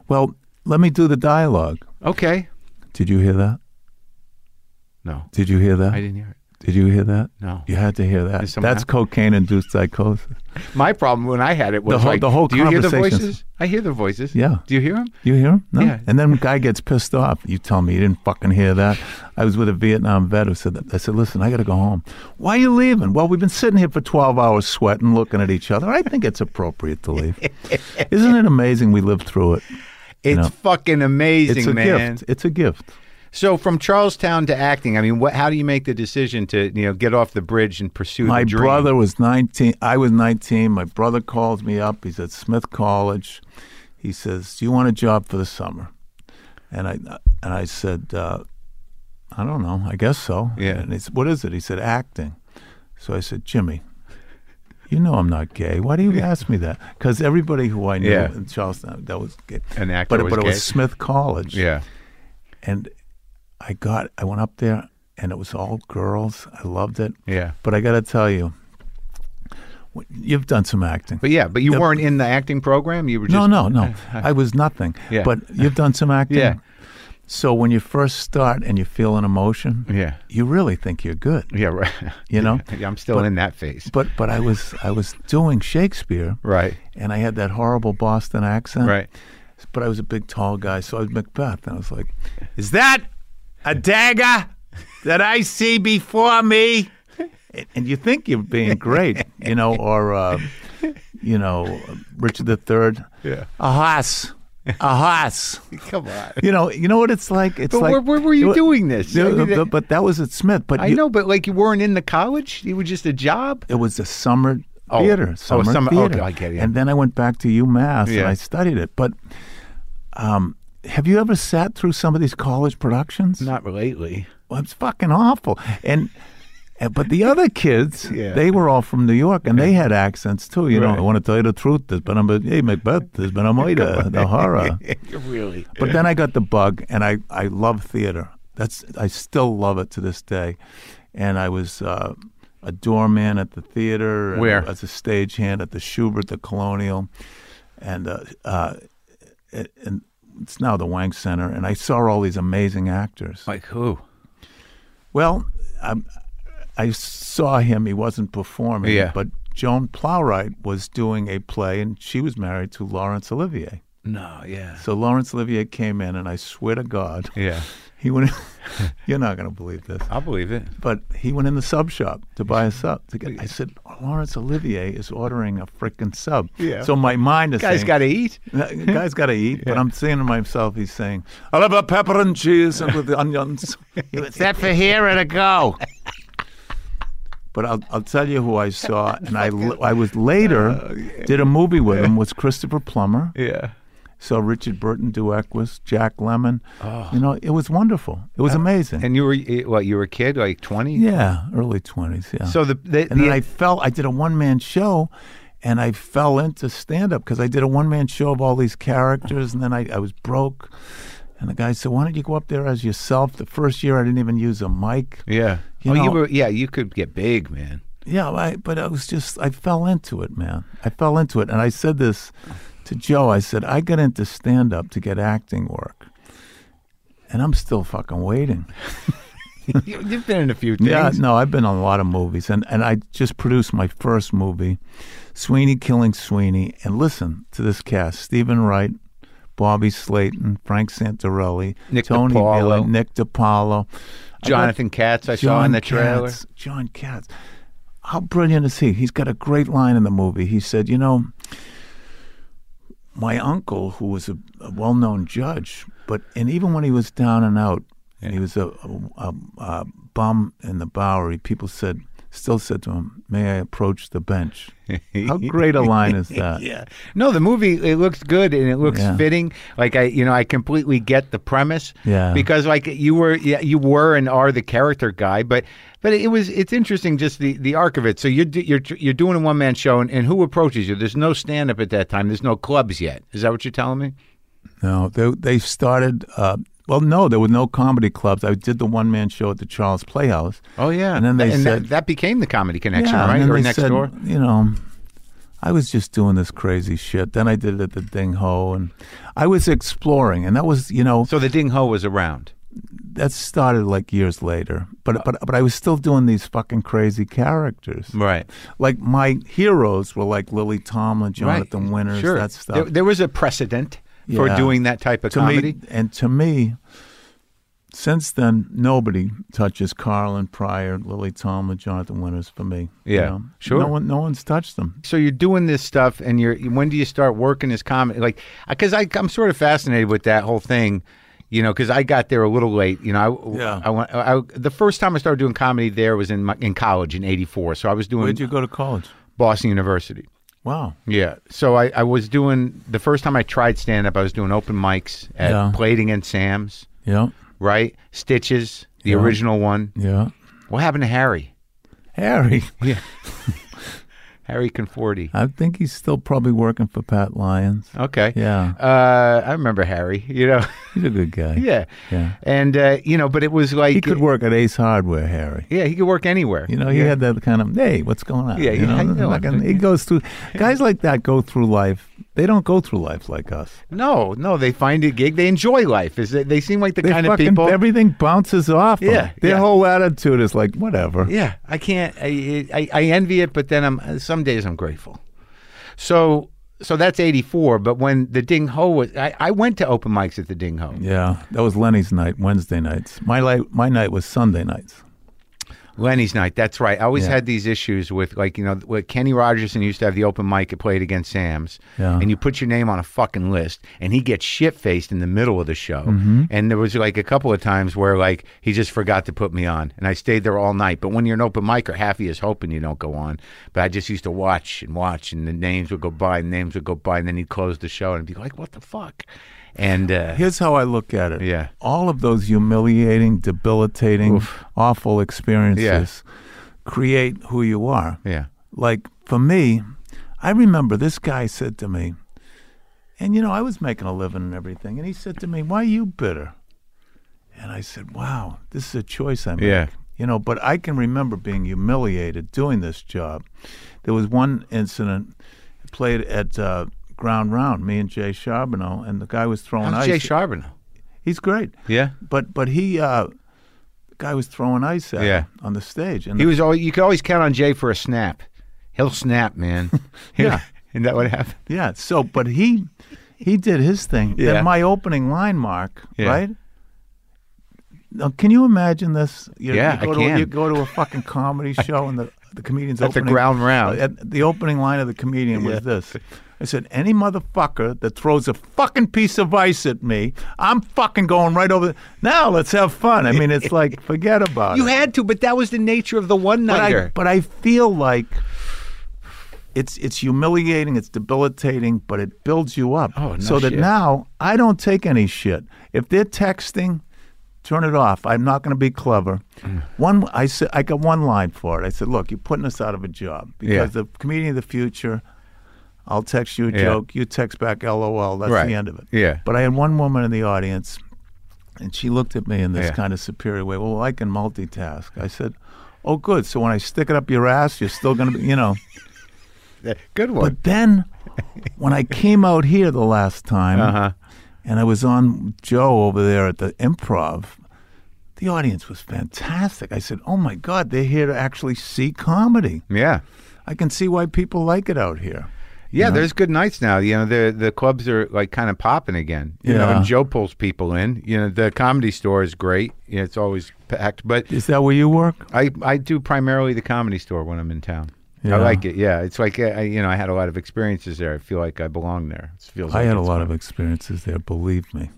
Speaker 2: Well, let me do the dialogue.
Speaker 3: Okay,
Speaker 2: Did you hear that?
Speaker 3: no,
Speaker 2: Did you hear that?
Speaker 3: I didn't hear it.
Speaker 2: Did you hear that?
Speaker 3: No.
Speaker 2: You had to hear that.
Speaker 3: Did someone
Speaker 2: That's
Speaker 3: have-
Speaker 2: cocaine induced psychosis.
Speaker 3: My problem when I had it was
Speaker 2: The whole-
Speaker 3: like,
Speaker 2: the whole
Speaker 3: do you hear the
Speaker 2: conversations.
Speaker 3: voices? I hear the voices.
Speaker 2: Yeah.
Speaker 3: Do you hear them?
Speaker 2: You hear him? No.
Speaker 3: Yeah.
Speaker 2: And then guy gets pissed off. You tell me you didn't fucking hear that. I was with a Vietnam vet who said that. I said, listen, I got to go home. Why are you leaving? Well, we've been sitting here for 12 hours sweating, looking at each other. I think it's appropriate to leave.
Speaker 3: <laughs>
Speaker 2: Isn't it amazing we lived through it?
Speaker 3: It's
Speaker 2: know.
Speaker 3: fucking amazing,
Speaker 2: It's a
Speaker 3: man.
Speaker 2: gift. It's a gift.
Speaker 3: So from Charlestown to acting, I mean, what, how do you make the decision to you know get off the bridge and pursue
Speaker 2: my
Speaker 3: the dream?
Speaker 2: brother was 19 i was 19 my brother calls me up he's at smith college he says do you want a job for the summer and i and i said uh, I don't know. I guess so.
Speaker 1: Yeah.
Speaker 2: And it's what is it? He said acting. So I said, Jimmy, you know I'm not gay. Why do you ask me that? Because everybody who I knew
Speaker 1: Yeah.
Speaker 2: in Charleston that was gay.
Speaker 3: An actor
Speaker 2: but
Speaker 3: was
Speaker 2: but it
Speaker 3: gay.
Speaker 2: was Smith College.
Speaker 1: Yeah.
Speaker 2: And I got I went up there and it was all girls. I loved it.
Speaker 1: Yeah.
Speaker 2: But I got to tell you, w- you've done some acting.
Speaker 3: But yeah, but you
Speaker 2: Yep.
Speaker 3: weren't in the acting program. You were just
Speaker 2: No, no, no. I was nothing.
Speaker 1: Yeah.
Speaker 2: But you've done some acting.
Speaker 1: Yeah.
Speaker 2: So when you first start and you feel an emotion,
Speaker 1: Yeah.
Speaker 2: you really think you're good.
Speaker 3: Yeah, right. <laughs>
Speaker 2: You know?
Speaker 3: Yeah, I'm still in that phase.
Speaker 2: But but I was I was doing Shakespeare,
Speaker 1: Right.
Speaker 2: and I had that horrible Boston accent,
Speaker 1: Right.
Speaker 2: But I was a big tall guy, so I was Macbeth, and I was like, "Is that
Speaker 3: <laughs>
Speaker 2: a dagger that I see before me?" And- And you think you're being great, you know, or uh, you know, Richard the Third,
Speaker 1: Yeah.
Speaker 2: a horse, a horse.
Speaker 3: <laughs> Come on.
Speaker 2: You know, you know what it's like. It's
Speaker 3: But
Speaker 2: like
Speaker 3: where, where were you
Speaker 2: It wa-
Speaker 3: doing this? I,
Speaker 2: No,
Speaker 3: mean,
Speaker 2: but, but that was at Smith. But
Speaker 3: I
Speaker 2: you-
Speaker 3: know, but like you weren't in the college. You were just a job.
Speaker 2: It was the summer
Speaker 3: Oh. Oh,
Speaker 2: theater. Summer,
Speaker 3: summer-
Speaker 2: theater.
Speaker 3: okay, I get it.
Speaker 2: And then I went back to UMass
Speaker 1: Yeah.
Speaker 2: and I studied it. But um, have you ever sat through some of these college productions?
Speaker 3: Not lately.
Speaker 2: Well, it's fucking awful. And and- but the other kids,
Speaker 3: <laughs> Yeah.
Speaker 2: they were all from New York, and they had accents too. You
Speaker 1: Right.
Speaker 2: know, I want to tell you the truth. There's been a hey Macbeth, there's been a
Speaker 3: <laughs>
Speaker 2: murder, the horror.
Speaker 3: really?
Speaker 2: But then I got the bug, and I, I love theater. That's I still love it to this day. And I was uh, a doorman at the theater. and
Speaker 1: Where?
Speaker 2: As a stagehand at the Schubert, the Colonial, and uh, uh, it, and it's now the Wang Center. And I saw all these amazing actors.
Speaker 1: Like who?
Speaker 2: Well, i I saw him. He wasn't performing.
Speaker 1: Yeah.
Speaker 2: But Joan Plowright was doing a play, and she was married to Laurence Olivier.
Speaker 1: No. Yeah.
Speaker 2: So Laurence Olivier came in, and I swear to God,
Speaker 1: Yeah.
Speaker 2: he went. In, <laughs> you're not going to believe this,
Speaker 1: I'll believe it.
Speaker 2: but he went in the sub shop to buy a sub. To get, I said, Lawrence Olivier is ordering a freaking sub.
Speaker 3: Yeah.
Speaker 2: So my mind is
Speaker 3: Guys
Speaker 2: saying,
Speaker 3: got to eat.
Speaker 2: "Uh, guy's got to eat. But I'm saying to myself, he's saying, I'll have a pepper and cheese and with the
Speaker 3: <laughs>
Speaker 2: onions. is that for here or to <laughs> go? But I'll, I'll tell you who
Speaker 3: <laughs>
Speaker 2: I saw, and I, l- I was later
Speaker 3: Oh,
Speaker 2: did a movie with him was Christopher Plummer.
Speaker 1: Yeah.
Speaker 2: So Richard Burton, Duequist, Jack Lemon. You know, it was wonderful. It was amazing.
Speaker 3: Oh. And you were eh, what? You were a kid, like twenty.
Speaker 2: yeah, early twenties. Yeah.
Speaker 3: So the, the,
Speaker 2: and then
Speaker 3: the-
Speaker 2: I fell. I did a one man show, and I fell into stand up because I did a one man show of all these characters, and then I, I was broke. And the guy said, "Why don't you go up there as yourself?" The first year, I didn't even use a mic.
Speaker 1: Yeah.
Speaker 2: You
Speaker 3: oh, you
Speaker 2: know,
Speaker 3: were yeah. You could get big,
Speaker 2: <laughs>
Speaker 3: man.
Speaker 2: yeah, I, but I was just, I fell into it, man. I fell into it. And I said this to Joe I said, I got into stand up to get acting work. And I'm still fucking waiting.
Speaker 3: You- You've been in a few things.
Speaker 2: Yeah, no, I've been on a lot of movies. And, and I just produced my first movie, Sweeney Killing Sweeney. And listen to this cast Stephen Wright, Bobby Slayton, Frank Santarelli,
Speaker 3: Nick
Speaker 2: Tony
Speaker 3: DiPaolo.
Speaker 2: Bailey, Nick DiPaolo. I got-
Speaker 3: Jonathan Katz, I saw in the trailer.
Speaker 2: Katz, John Katz. How brilliant is he? He's got a great line in the movie. He said, You know, my uncle, who was a, a well known judge, but and even when he was down and out, and he was a, a, a, a bum in the Bowery, people said, still said to him, May I approach the bench? How great a
Speaker 3: <laughs>
Speaker 2: line is that?
Speaker 3: Yeah. No, the movie it looks good and it looks
Speaker 2: Yeah.
Speaker 3: fitting. Like I, you know, I completely get the premise.
Speaker 2: Yeah.
Speaker 3: Because like you were, yeah, you were and are the character guy, but but it was it's interesting just the the arc of it. So you're do- you're tr- you're doing a one man show and, and who approaches you? There's no stand up at that time. There's no clubs yet. Is that what you're telling me?
Speaker 2: No, they they started. Uh, well, no, there were no comedy clubs. I did the one man show at the Charles Playhouse.
Speaker 3: Oh yeah.
Speaker 2: And then they
Speaker 3: that-
Speaker 2: said-
Speaker 3: that became the comedy connection,
Speaker 2: and
Speaker 3: right?
Speaker 2: then
Speaker 3: Or
Speaker 2: they
Speaker 3: next
Speaker 2: said,
Speaker 3: door.
Speaker 2: You know, I was just doing this crazy shit. Then I did it at the Ding Ho, and I was exploring, and that was, you know,
Speaker 3: So the ding ho was around.
Speaker 2: that started like years later. But but but I was still doing these fucking crazy characters.
Speaker 1: Right.
Speaker 2: Like my heroes were like Lily Tomlin, Jonathan Winters,
Speaker 3: sure.
Speaker 2: that stuff.
Speaker 3: There, there was a precedent for
Speaker 2: Yeah.
Speaker 3: doing that type of
Speaker 2: to
Speaker 3: comedy.
Speaker 2: me, and to me, since then nobody touches Carlin Pryor, Lily Tomlin, Jonathan Winters for me. you
Speaker 1: Yeah,
Speaker 2: know?
Speaker 1: sure.
Speaker 2: No one, no one's touched them.
Speaker 3: so you're doing this stuff and you're when do you start working as comedy like because i'm sort of fascinated with that whole thing you know because i got there a little late you know i,
Speaker 2: Yeah.
Speaker 3: I, went- I, I- the first time i started doing comedy there was in my, in college in 84 so i was doing
Speaker 2: Where'd you go to college?
Speaker 3: boston university
Speaker 2: Wow.
Speaker 3: yeah so I, I was doing the first time i tried stand up i was doing open mics at
Speaker 2: Yeah.
Speaker 3: plating and sam's
Speaker 2: Yeah.
Speaker 3: right stitches the original one.
Speaker 2: Yeah.
Speaker 3: What happened to Harry?
Speaker 2: Harry.
Speaker 3: Harry Conforti.
Speaker 2: I think he's still probably working for Pat Lyons.
Speaker 3: Okay.
Speaker 2: Yeah.
Speaker 3: Uh, I remember Harry. You know. <laughs>
Speaker 2: He's a good guy.
Speaker 3: yeah.
Speaker 2: Yeah.
Speaker 3: And uh, you know, but it was like
Speaker 2: He could work at Ace Hardware, Harry.
Speaker 3: Yeah, he could work anywhere.
Speaker 2: You know, he had that kind of, hey, what's going on?
Speaker 3: Yeah,
Speaker 2: you
Speaker 3: yeah,
Speaker 2: know,
Speaker 3: I know.
Speaker 2: like, and he goes through, guys like that go through life. They don't go through life like us.
Speaker 3: No, no, they find a gig. They enjoy life. Is they, they seem like the
Speaker 2: They
Speaker 3: kind of
Speaker 2: fucking,
Speaker 3: people.
Speaker 2: everything bounces off. them.
Speaker 3: Yeah,
Speaker 2: Their
Speaker 3: yeah.
Speaker 2: whole attitude is like, whatever.
Speaker 3: yeah, I can't. I, I I envy it, but then I'm some days I'm grateful. So so that's eighty four. But when the Ding Ho was, I, I went to open mics at the Ding Ho.
Speaker 2: Yeah, that was Lenny's night, Wednesday nights. My light, my night was Sunday nights.
Speaker 3: Lenny's night. That's right. I always
Speaker 2: Yeah.
Speaker 3: had these issues with like you know with Kenny Rogers and used to have the open mic at played against Sam's,
Speaker 2: Yeah.
Speaker 3: and you put your name on a fucking list, and he gets shit faced in the middle of the show. And there was like a couple of times where like he just forgot to put me on, and I stayed there all night. But when you're an open micer, half of you is hoping you don't go on. But I just used to watch and watch, and the names would go by, and names would go by, and then he'd close the show, and I'd be like, "What the fuck?" And uh,
Speaker 2: Here's how I look at it.
Speaker 3: Yeah.
Speaker 2: All of those humiliating, debilitating, awful experiences create who you are.
Speaker 3: yeah,
Speaker 2: Like for me, I remember this guy said to me, and you know, I was making a living and everything, and he said to me, Why are you bitter? And I said, Wow, this is a choice I make.
Speaker 3: Yeah.
Speaker 2: You know, but I can remember being humiliated doing this job. There was one incident played at uh, Ground Round, me and Jay Charbonneau, and the guy was throwing
Speaker 3: how's
Speaker 2: ice.
Speaker 3: Jay Charbonneau?
Speaker 2: He's great.
Speaker 3: Yeah,
Speaker 2: But but he uh the guy was throwing ice at
Speaker 3: Yeah.
Speaker 2: him on the stage and
Speaker 3: He was always, you could always count on Jay for a snap. <laughs> He'll snap, man.
Speaker 2: Yeah.
Speaker 3: Isn't that what happened?
Speaker 2: yeah, so but he he did his thing.
Speaker 3: Yeah.
Speaker 2: Then my opening line mark,
Speaker 3: Yeah.
Speaker 2: right? Now, can you imagine this? You,
Speaker 3: Yeah,
Speaker 2: you go
Speaker 3: I
Speaker 2: to
Speaker 3: can.
Speaker 2: you go to a fucking
Speaker 3: <laughs>
Speaker 2: comedy show and the the comedian's
Speaker 3: At the
Speaker 2: opening
Speaker 3: ground round.
Speaker 2: At the opening line of the comedian was this. I said, any motherfucker that throws a fucking piece of ice at me, I'm fucking going right over. Now let's have fun. I mean, it's like forget about it.
Speaker 3: You had to, but that was the nature of the one
Speaker 2: but I,
Speaker 3: nighter.
Speaker 2: but I feel like it's it's humiliating, it's debilitating, but it builds you up.
Speaker 3: Oh, no
Speaker 2: so that
Speaker 3: shit.
Speaker 2: now I don't take any shit. If they're texting, turn it off. I'm not going to be clever.
Speaker 3: Mm.
Speaker 2: One, I said, I got one line for it. I said, look, you're putting us out of a job because
Speaker 3: Yeah.
Speaker 2: the comedian of the future. I'll text you a
Speaker 3: Yeah.
Speaker 2: joke. You text back, LOL. That's
Speaker 3: Right.
Speaker 2: the end of it.
Speaker 3: Yeah.
Speaker 2: But I had one woman in the audience, and she looked at me in this
Speaker 3: Yeah.
Speaker 2: kind of superior way. Well, I can multitask. I said, "Oh, good. So when I stick it up your ass, you're still gonna, be, you
Speaker 3: <laughs>
Speaker 2: know."
Speaker 3: uh, Good one.
Speaker 2: But then, when I came out here the last time,
Speaker 3: Uh-huh.
Speaker 2: and I was on Joe over there at the Improv, the audience was fantastic. I said, "Oh my God, they're here to actually see comedy.
Speaker 3: yeah.
Speaker 2: I can see why people like it out here."
Speaker 3: Yeah, there's good nights now. You know, the the clubs are like kind of popping again. You know,
Speaker 2: Yeah.
Speaker 3: and Joe pulls people in. You know, the comedy store is great. You know, it's always packed. But
Speaker 2: Is that where you work?
Speaker 3: I, I do primarily the comedy store when I'm in town.
Speaker 2: Yeah.
Speaker 3: I like it. Yeah, it's like uh, I, you know I had a lot of experiences there. I feel like I belong there. It feels.
Speaker 2: I
Speaker 3: like
Speaker 2: had a
Speaker 3: it's
Speaker 2: lot
Speaker 3: my-
Speaker 2: of experiences there. Believe me,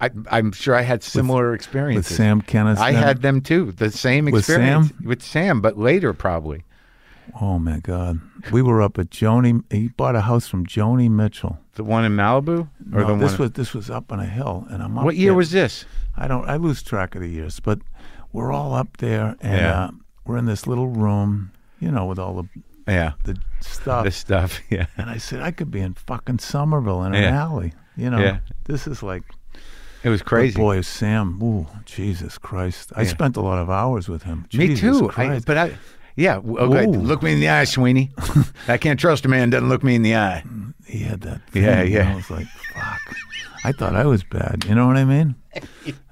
Speaker 3: I, I'm sure I had similar
Speaker 2: with
Speaker 3: experiences.
Speaker 2: Sam Kennison.
Speaker 3: I had them too. The same
Speaker 2: With
Speaker 3: experience
Speaker 2: Sam?
Speaker 3: with Sam, but later probably.
Speaker 2: Oh my God, we were up at Joni. He bought a house from Joni Mitchell.
Speaker 3: The one in Malibu, or
Speaker 2: No,
Speaker 3: the
Speaker 2: this
Speaker 3: one.
Speaker 2: was this was up on a hill, and I'm up
Speaker 3: what year
Speaker 2: there.
Speaker 3: was this?
Speaker 2: I don't. I lose track of the years, but we're all up there, and
Speaker 3: Yeah.
Speaker 2: uh, we're in this little room, you know, with all the
Speaker 3: Yeah,
Speaker 2: the stuff.
Speaker 3: this stuff. <laughs> Yeah,
Speaker 2: and I said, I could be in fucking Somerville in an
Speaker 3: Yeah.
Speaker 2: alley. You know,
Speaker 3: Yeah.
Speaker 2: this is like
Speaker 3: it was crazy.
Speaker 2: boy Sam. Ooh, Jesus Christ! I
Speaker 3: Yeah.
Speaker 2: spent a lot of hours with him.
Speaker 3: Me
Speaker 2: Jesus
Speaker 3: too. I,
Speaker 2: Christ.
Speaker 3: but I, yeah. w- Okay,
Speaker 2: Ooh.
Speaker 3: look me in the eye, <laughs> Sweeney. I can't trust a man doesn't look me in the eye.
Speaker 2: he had that. Thing,
Speaker 3: Yeah,
Speaker 2: and
Speaker 3: yeah.
Speaker 2: I was like, fuck. I thought I was bad. You know what I
Speaker 3: <laughs>
Speaker 2: mean?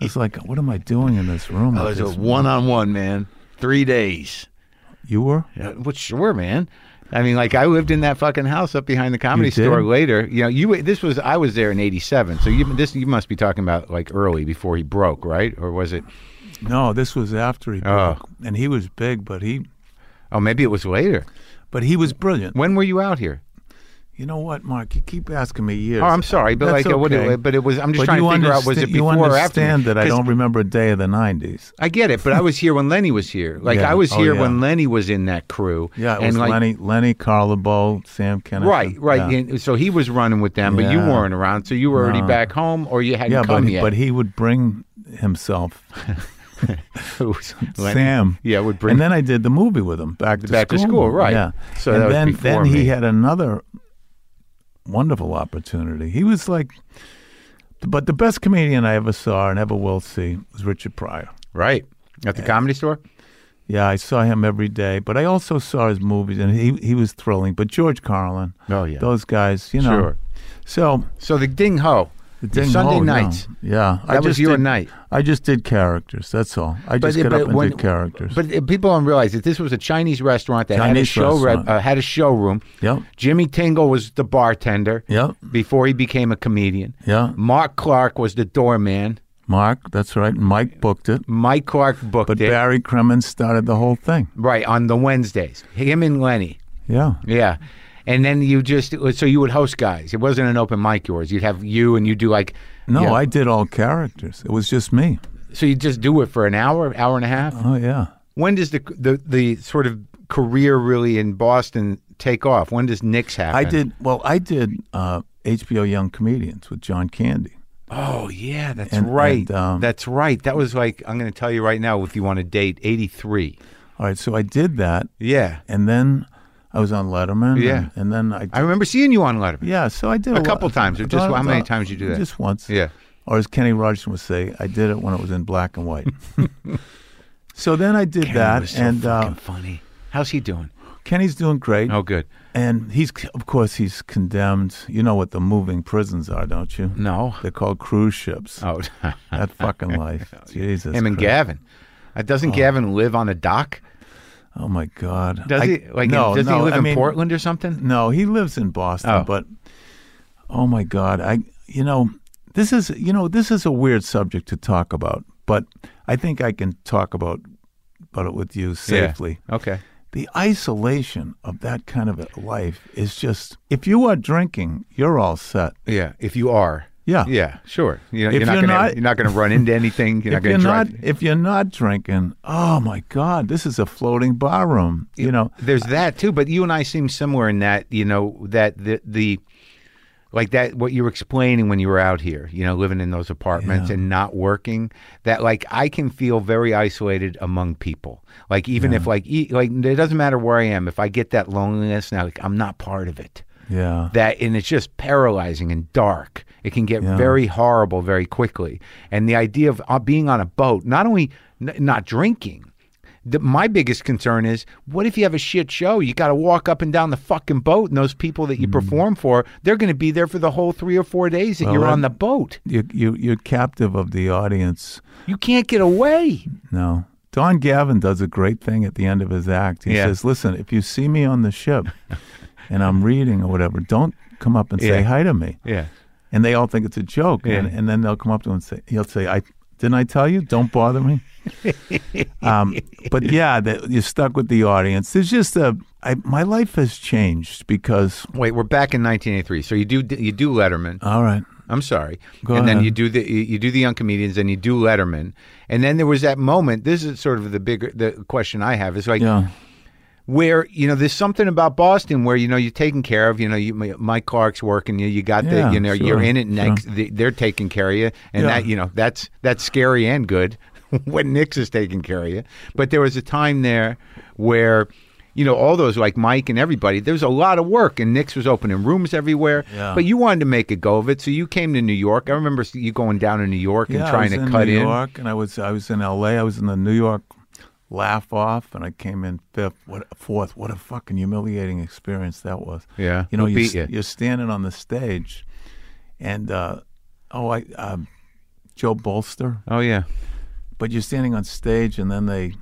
Speaker 2: It's like, what am I doing in this room?
Speaker 3: I was
Speaker 2: with
Speaker 3: a
Speaker 2: this-
Speaker 3: one-on-one man. Three days.
Speaker 2: You were?
Speaker 3: Yeah, Well, sure, man. I mean, like I lived in that fucking house up behind the comedy
Speaker 2: did?
Speaker 3: store. Later, you know, you this was I was there in '87, so you this you must be talking about like early before he broke, right? Or was it?
Speaker 2: No, this was after he
Speaker 3: Oh.
Speaker 2: broke, and he was big, but he,
Speaker 3: Oh, maybe it was later.
Speaker 2: but he was brilliant.
Speaker 3: When were you out here?
Speaker 2: You know what, Mark? You keep asking me years.
Speaker 3: Oh, I'm sorry, but
Speaker 2: That's
Speaker 3: like, uh, what-
Speaker 2: okay.
Speaker 3: but it was. I'm just
Speaker 2: But
Speaker 3: trying
Speaker 2: you
Speaker 3: to figure out was
Speaker 2: understa-
Speaker 3: it before
Speaker 2: you
Speaker 3: or after?
Speaker 2: understand that I
Speaker 3: 'Cause
Speaker 2: don't remember a day of the '90s.
Speaker 3: I get it, but I was here when Lenny was here. Like
Speaker 2: Yeah.
Speaker 3: I was
Speaker 2: Oh,
Speaker 3: here
Speaker 2: yeah.
Speaker 3: when Lenny was in that crew.
Speaker 2: Yeah, it
Speaker 3: and
Speaker 2: was
Speaker 3: like,
Speaker 2: Lenny, Lenny Carlebo, Sam Kennison.
Speaker 3: Right, right.
Speaker 2: Yeah,
Speaker 3: And so he was running with them, but you
Speaker 2: Yeah.
Speaker 3: weren't
Speaker 2: Uh.
Speaker 3: around, so you were already
Speaker 2: No.
Speaker 3: back home, or you hadn't
Speaker 2: Yeah,
Speaker 3: come
Speaker 2: but
Speaker 3: yet. <laughs>
Speaker 2: but he would bring himself Sam.
Speaker 3: Yeah, would bring-
Speaker 2: And then I did the movie with him back to
Speaker 3: Back to
Speaker 2: school.
Speaker 3: School, right.
Speaker 2: Yeah.
Speaker 3: So
Speaker 2: and
Speaker 3: that was
Speaker 2: then
Speaker 3: before
Speaker 2: then
Speaker 3: me.
Speaker 2: he had another wonderful opportunity. He was like, but the best comedian I ever saw and ever will see was Richard Pryor.
Speaker 3: Right. At the comedy store?
Speaker 2: Yeah, I saw him every day, but I also saw his movies, and he he was thrilling. But George Carlin,
Speaker 3: Oh, yeah.
Speaker 2: those guys, you know.
Speaker 3: Sure.
Speaker 2: So
Speaker 3: So the Ding Ho.
Speaker 2: the Ding
Speaker 3: Sunday
Speaker 2: Ho, yeah.
Speaker 3: nights.
Speaker 2: yeah, I
Speaker 3: That was
Speaker 2: just
Speaker 3: your
Speaker 2: did-
Speaker 3: night.
Speaker 2: I just did characters. That's all. I just get up and did characters.
Speaker 3: But uh, people don't realize that this was a Chinese restaurant that had a
Speaker 2: Chinese
Speaker 3: show re-
Speaker 2: restaurant.
Speaker 3: uh, had a showroom.
Speaker 2: Yep.
Speaker 3: Jimmy Tingle was the bartender.
Speaker 2: Yep.
Speaker 3: Before he became a comedian.
Speaker 2: Yeah.
Speaker 3: Mark Clark was the doorman.
Speaker 2: Mark, that's right. Mike booked it,
Speaker 3: Mike Clark booked
Speaker 2: but
Speaker 3: it.
Speaker 2: Barry Cremens started the whole thing.
Speaker 3: right on the Wednesdays. Him and Lenny.
Speaker 2: Yeah.
Speaker 3: Yeah. And then you just uh, so you would host guys. It wasn't an open mic yours. You'd have you and you do like
Speaker 2: No,
Speaker 3: you know,
Speaker 2: I did all characters. It was just me.
Speaker 3: so you just do it for an hour, hour and a half.
Speaker 2: Oh yeah.
Speaker 3: When does the the the sort of career really in Boston take off? When does Nick's happen?
Speaker 2: I did. Well, I did uh, HBO Young Comedians with John Candy.
Speaker 3: Oh yeah, that's
Speaker 2: And-
Speaker 3: right.
Speaker 2: and, um,
Speaker 3: that's right. That was like I'm going to tell you right now if you want to date 83.
Speaker 2: All right, so I did that,
Speaker 3: Yeah.
Speaker 2: and then I was on Letterman.
Speaker 3: Yeah.
Speaker 2: and, and then I,
Speaker 3: I remember seeing you on Letterman.
Speaker 2: yeah, so I did
Speaker 3: A
Speaker 2: lot-
Speaker 3: couple times, or
Speaker 2: I
Speaker 3: just-
Speaker 2: thought-
Speaker 3: how many
Speaker 2: thought-
Speaker 3: times you do that?
Speaker 2: Just once.
Speaker 3: Yeah.
Speaker 2: Or as Kenny Rogers would say, I did it when it was in black and
Speaker 3: <laughs>
Speaker 2: white. so then I did that,
Speaker 3: was so
Speaker 2: and
Speaker 3: fucking
Speaker 2: uh,
Speaker 3: funny. How's he doing?
Speaker 2: Kenny's doing great.
Speaker 3: Oh, good.
Speaker 2: And he's, of course, he's condemned. You know what the moving prisons are, don't you?
Speaker 3: No.
Speaker 2: They're called cruise ships.
Speaker 3: Oh, <laughs> him
Speaker 2: That fucking
Speaker 3: <laughs>
Speaker 2: life. Jesus.
Speaker 3: and
Speaker 2: Christ.
Speaker 3: Gavin. Uh, doesn't Gavin live on a dock?
Speaker 2: Oh, my God.
Speaker 3: Does
Speaker 2: I-
Speaker 3: he? Like,
Speaker 2: no,
Speaker 3: does
Speaker 2: no,
Speaker 3: he live
Speaker 2: I
Speaker 3: in
Speaker 2: mean,
Speaker 3: Portland or something?
Speaker 2: No, he lives in Boston,
Speaker 3: Oh.
Speaker 2: but oh my God, I you know this is you know this is a weird subject to talk about, but I think I can talk about about it with you safely.
Speaker 3: Yeah. Okay.
Speaker 2: The isolation of that kind of a life is just if you are drinking, you're all set.
Speaker 3: Yeah. If you are.
Speaker 2: Yeah.
Speaker 3: Yeah. Sure. You know,
Speaker 2: If
Speaker 3: you're not
Speaker 2: you're
Speaker 3: gonna
Speaker 2: not-
Speaker 3: you're not gonna run into anything.
Speaker 2: <laughs>
Speaker 3: You're not
Speaker 2: If
Speaker 3: gonna
Speaker 2: you're
Speaker 3: try.
Speaker 2: not if you're not drinking, oh my God, this is a floating bar room. You know,
Speaker 3: There's that too, but you and I seem similar in that you know that the the like that what you were explaining when you were out here, you know, living in those apartments and not working. That like I can feel very isolated among people. Like even if like e- like it doesn't matter where I am, if I get that loneliness now, like I'm not part of it.
Speaker 2: yeah.
Speaker 3: that and it's just paralyzing and dark it can get very horrible very quickly and the idea of uh, being on a boat not only n- not drinking the, my biggest concern is what if you have a shit show you got to walk up and down the fucking boat and those people that you perform for they're going to be there for the whole three or four days that you're
Speaker 2: that-
Speaker 3: on the boat
Speaker 2: You you you're captive of the audience.
Speaker 3: you can't get away
Speaker 2: No. Don Gavin does a great thing at the end of his act. He
Speaker 3: Yeah.
Speaker 2: says, Listen, if you see me on the
Speaker 3: <laughs>
Speaker 2: ship and I'm reading or whatever, don't come up and say
Speaker 3: Yeah.
Speaker 2: hi to me.
Speaker 3: yeah
Speaker 2: And they all think it's a joke. And,
Speaker 3: Yeah.
Speaker 2: and then they'll come up to him and say, He'll say, I didn't I tell you? Don't bother
Speaker 3: <laughs>
Speaker 2: me. um, but yeah, that you're stuck with the audience. There's just a, I, my life has changed because,
Speaker 3: wait we're back in 1983 so you do you do letterman
Speaker 2: all right,
Speaker 3: I'm sorry.
Speaker 2: Go
Speaker 3: and then
Speaker 2: ahead.
Speaker 3: you do the you you do the young comedians and you do Letterman. And then there was that moment. This is sort of the bigger the question I have is like
Speaker 2: yeah,
Speaker 3: where you know there's something about Boston where you know you're taken care of. You know, you, Mike Clark's working you. You got
Speaker 2: Yeah,
Speaker 3: the you know
Speaker 2: sure,
Speaker 3: you're in it
Speaker 2: sure.
Speaker 3: next. the- They're taking care of you, and
Speaker 2: Yeah.
Speaker 3: that you know that's that's scary and good <laughs> when Nix is taking care of you. But there was a time there where. You know, all those like Mike and everybody, there was a lot of work, and Nix was opening rooms everywhere.
Speaker 2: Yeah.
Speaker 3: But you wanted to make a go of it, so you came to New York. I remember you going down to New York and
Speaker 2: yeah, I
Speaker 3: trying
Speaker 2: was
Speaker 3: to
Speaker 2: in
Speaker 3: cut
Speaker 2: New
Speaker 3: in.
Speaker 2: York, and I was I was in L.A. I was in the New York laugh off, and I came in fifth, what fourth. What a fucking humiliating experience that was.
Speaker 3: Yeah,
Speaker 2: you know,
Speaker 3: who
Speaker 2: you,
Speaker 3: beat
Speaker 2: s-
Speaker 3: you?
Speaker 2: you're standing on the stage, and uh, oh, I um, Joe Bolster,
Speaker 3: Oh yeah,
Speaker 2: but you're standing on stage, and then they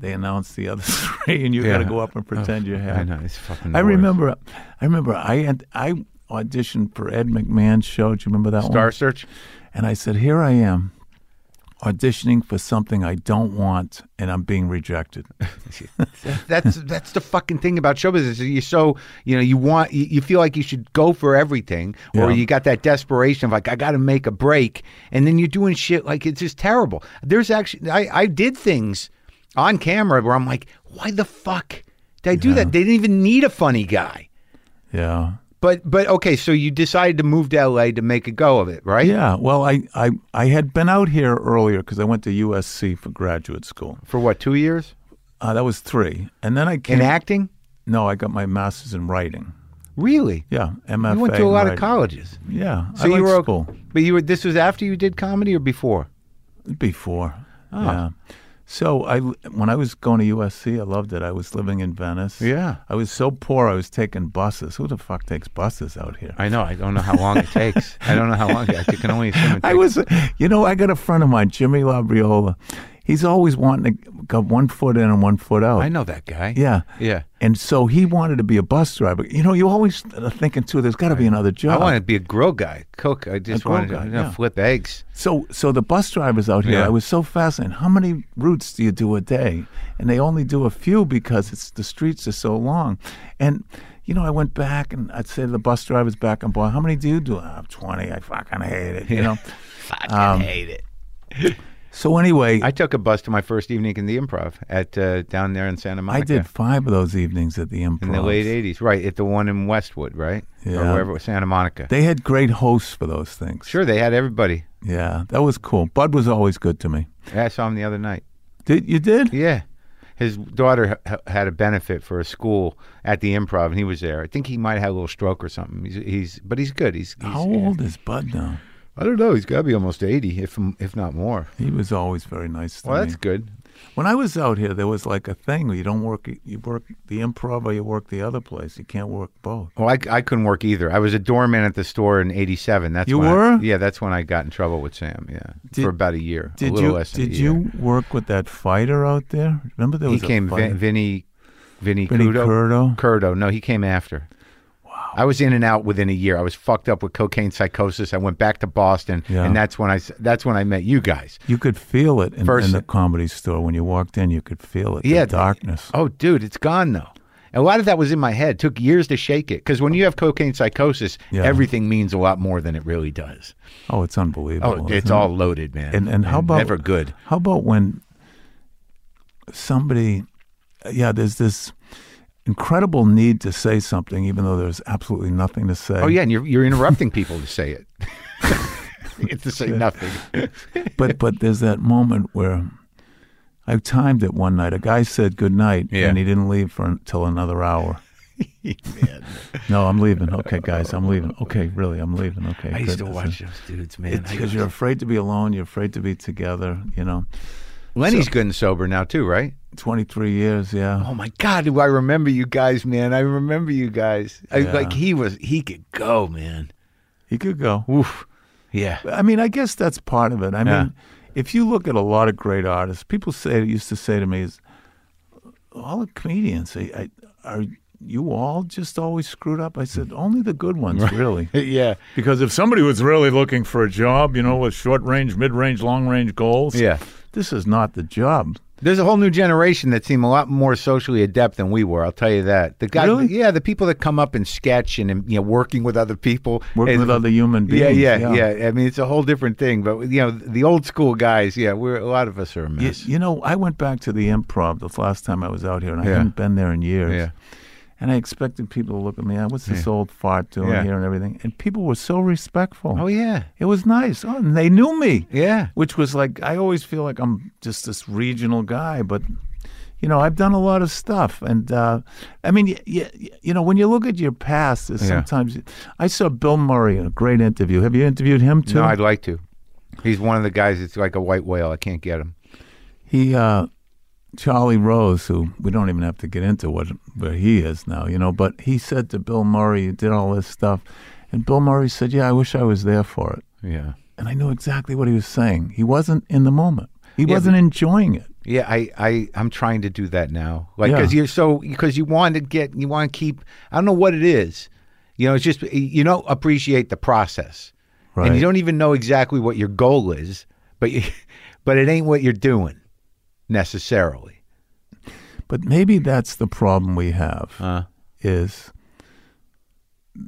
Speaker 2: they announce the other <laughs> three, and you
Speaker 3: Yeah. Oh,
Speaker 2: got to go up and pretend you're
Speaker 3: I
Speaker 2: happy.
Speaker 3: know it's fucking.
Speaker 2: I
Speaker 3: the worst.
Speaker 2: remember, I remember, I had, I auditioned for Ed McMahon's show. Do you remember that one?
Speaker 3: Star Search.
Speaker 2: And I said, Here I am auditioning for something I don't want and I'm
Speaker 3: <laughs>
Speaker 2: being rejected.
Speaker 3: that's that's the fucking thing about show business. You're so you know you want you, you feel like you should go for everything, or
Speaker 2: Yeah.
Speaker 3: you got that desperation of like I got to make a break, and then you're doing shit like it's just terrible. There's actually I I did things on camera where I'm like, why the fuck did I do that? They didn't even need a funny guy.
Speaker 2: Yeah.
Speaker 3: But but okay, so you decided to move to LA to make a go of it, right?
Speaker 2: Yeah, well, I, I, I had been out here earlier because I went to USC for graduate school.
Speaker 3: For what, two years?
Speaker 2: Uh, that was three. And then I came.
Speaker 3: In acting?
Speaker 2: no, I got my master's in writing.
Speaker 3: Really?
Speaker 2: Yeah, MFA.
Speaker 3: You went to a
Speaker 2: in
Speaker 3: lot of
Speaker 2: writing.
Speaker 3: colleges.
Speaker 2: Yeah,
Speaker 3: So
Speaker 2: I
Speaker 3: you
Speaker 2: liked
Speaker 3: were o-
Speaker 2: school
Speaker 3: But you were this was after you did comedy or before?
Speaker 2: before.
Speaker 3: Ah.
Speaker 2: Yeah. So I, when I was going to USC, I loved it. I was living in Venice.
Speaker 3: Yeah.
Speaker 2: I was so poor. I was taking buses. Who the fuck takes buses out here?
Speaker 3: I know. I don't know how long it takes. I don't know how long. I can only assume it
Speaker 2: I was, you know, I got a friend of mine, Jimmy Labriola. He's always wanting to got one foot in and one foot out.
Speaker 3: know that guy.
Speaker 2: yeah.
Speaker 3: Yeah.
Speaker 2: And so he wanted to be a bus driver. You know, you always are thinking too. There's got to be another job.
Speaker 3: I wanted to be a grill guy, cook. I just
Speaker 2: grill
Speaker 3: wanted to
Speaker 2: guy,
Speaker 3: you know,
Speaker 2: yeah.
Speaker 3: flip eggs.
Speaker 2: So, so the bus drivers out here,
Speaker 3: Yeah.
Speaker 2: I was so fascinated. How many routes do you do a day? And they only do a few because it's the streets are so long. And you know, I went back and I'd say to the bus drivers back and boy, how many do you do? "Ah, Twenty. I fucking hate it. You know.
Speaker 3: <laughs>
Speaker 2: Um,
Speaker 3: Fucking hate it.
Speaker 2: so anyway,
Speaker 3: I took a bus to my first evening in the improv at uh, down there in Santa
Speaker 2: I
Speaker 3: Monica.
Speaker 2: did five of those evenings at the improv.
Speaker 3: in the late '80s, right at the one in Westwood, right or
Speaker 2: Yeah.
Speaker 3: wherever it was, Santa Monica.
Speaker 2: They had great hosts for those things.
Speaker 3: sure, they had everybody.
Speaker 2: Yeah, that was cool. Bud was always good to me.
Speaker 3: I saw him the other night.
Speaker 2: Did you did?
Speaker 3: Yeah. His daughter h- had a benefit for a school at the improv, and he was there. I think he might have had a little stroke or something. He's, he's but he's good. He's, he's
Speaker 2: How old is Bud now?
Speaker 3: I don't know. He's got to be almost eighty, if if not more.
Speaker 2: He was always very nice to
Speaker 3: Well,
Speaker 2: me.
Speaker 3: that's good.
Speaker 2: When I was out here, there was like a thing where you don't work, you work the improv or you work the other place. You can't work both.
Speaker 3: Well, I, I couldn't work either. I was a doorman at the store in '87. That's
Speaker 2: You
Speaker 3: when I-
Speaker 2: were?
Speaker 3: yeah. That's when I got in trouble with Sam. Yeah,
Speaker 2: Did-
Speaker 3: for about a year. a
Speaker 2: Did
Speaker 3: little
Speaker 2: you
Speaker 3: less than a
Speaker 2: did
Speaker 3: year.
Speaker 2: you work with that fighter out there? Remember there
Speaker 3: He
Speaker 2: was
Speaker 3: came
Speaker 2: a fighter?
Speaker 3: Vin, Vinny, Vinny,
Speaker 2: Vinny
Speaker 3: Curdo.
Speaker 2: Curdo?
Speaker 3: Curdo. No, he came after. Wow. I was in and out within a year. I was fucked up with cocaine psychosis. I went back to Boston,
Speaker 2: Yeah.
Speaker 3: and that's when I s- that's when I met you guys.
Speaker 2: you could feel it in,
Speaker 3: First-
Speaker 2: in the comedy store when you walked in. You could feel it.
Speaker 3: Yeah.
Speaker 2: the darkness.
Speaker 3: Oh, dude, it's gone though. A lot of that was in my head. Took years to shake it because when you have cocaine psychosis,
Speaker 2: Yeah.
Speaker 3: everything means a lot more than it really does.
Speaker 2: Oh, it's unbelievable.
Speaker 3: Oh,
Speaker 2: isn't
Speaker 3: it's
Speaker 2: it?
Speaker 3: all loaded, man.
Speaker 2: And and how about
Speaker 3: never good?
Speaker 2: How about when somebody, yeah, there's this incredible need to say something, even though there's absolutely nothing to say.
Speaker 3: Oh yeah, and you're you're interrupting people to say it. <laughs> it's to say
Speaker 2: <laughs>
Speaker 3: nothing.
Speaker 2: but but there's that moment where I timed it one night. A guy said good night,
Speaker 3: Yeah.
Speaker 2: and he didn't leave for until
Speaker 3: <laughs>
Speaker 2: another hour. no, I'm leaving. Okay, guys, I'm leaving. Okay, really, I'm leaving. Okay,
Speaker 3: I used to
Speaker 2: good.
Speaker 3: watch those dudes, man.
Speaker 2: It's
Speaker 3: I
Speaker 2: because you're afraid to be alone. You're afraid to be together. You know,
Speaker 3: Lenny's good and sober now too, right?
Speaker 2: 23 years. Yeah,
Speaker 3: Oh my God, do I remember you guys, man? I remember you guys. I,
Speaker 2: Yeah.
Speaker 3: Like he was, he could go, man.
Speaker 2: he could go.
Speaker 3: Oof. Yeah. <laughs>
Speaker 2: I mean, I guess that's part of it. I
Speaker 3: Yeah.
Speaker 2: mean, if you look at a lot of great artists, people say used to say to me is, all the comedians, I, I, are you all just always screwed up? I said, only the good ones,
Speaker 3: <laughs>
Speaker 2: really.
Speaker 3: Yeah.
Speaker 2: Because if somebody was really looking for a job, you know, with short range, mid range, long range goals,
Speaker 3: Yeah.
Speaker 2: this is not the job.
Speaker 3: There's a whole new generation that seem a lot more socially adept than we were. I'll tell you that. The guy,
Speaker 2: Really?
Speaker 3: yeah, the people that come up and sketch and, and, you know working with other people,
Speaker 2: Working
Speaker 3: and-
Speaker 2: with other human
Speaker 3: Yeah,
Speaker 2: beings.
Speaker 3: yeah, yeah, I mean, it's a whole different thing. But you know, the old school guys, yeah, we're a lot of us are a
Speaker 2: You,
Speaker 3: mess.
Speaker 2: you know, I went back to the improv the last time I was out here, and I
Speaker 3: Yeah.
Speaker 2: hadn't been there in years.
Speaker 3: Yeah.
Speaker 2: And I expected people to look at me, "Ah, what's this old fart doing
Speaker 3: Yeah.
Speaker 2: here and everything? And people were so respectful.
Speaker 3: Oh yeah,
Speaker 2: It was nice. Oh, and they knew me,
Speaker 3: yeah.
Speaker 2: which was like, I always feel like I'm just this regional guy, but. You know, I've done a lot of stuff, and uh, I mean, y- y- y- you know, when you look at your past, there's
Speaker 3: Yeah.
Speaker 2: sometimes I saw Bill Murray in a great interview. Have you interviewed him too?
Speaker 3: No, I'd like to. He's one of the guys that's like a white whale. I can't get him.
Speaker 2: He, uh, Charlie Rose, who we don't even have to get into what where he is now, you know, but he said to Bill Murray, "You did all this stuff," and Bill Murray said, "Yeah, I wish I was there for it."
Speaker 3: Yeah.
Speaker 2: And I knew exactly what he was saying. He wasn't in the moment. He wasn't enjoying it.
Speaker 3: Yeah, I, I, I'm trying to do that now. Like,
Speaker 2: Yeah.
Speaker 3: because you're so, because you want to get, you want to keep, I don't know what it is. You know, it's just, you don't appreciate the process. And
Speaker 2: Right.
Speaker 3: you don't even know exactly what your goal is, but you, <laughs> but it ain't what you're doing necessarily.
Speaker 2: But maybe that's the problem we have
Speaker 3: Uh.
Speaker 2: is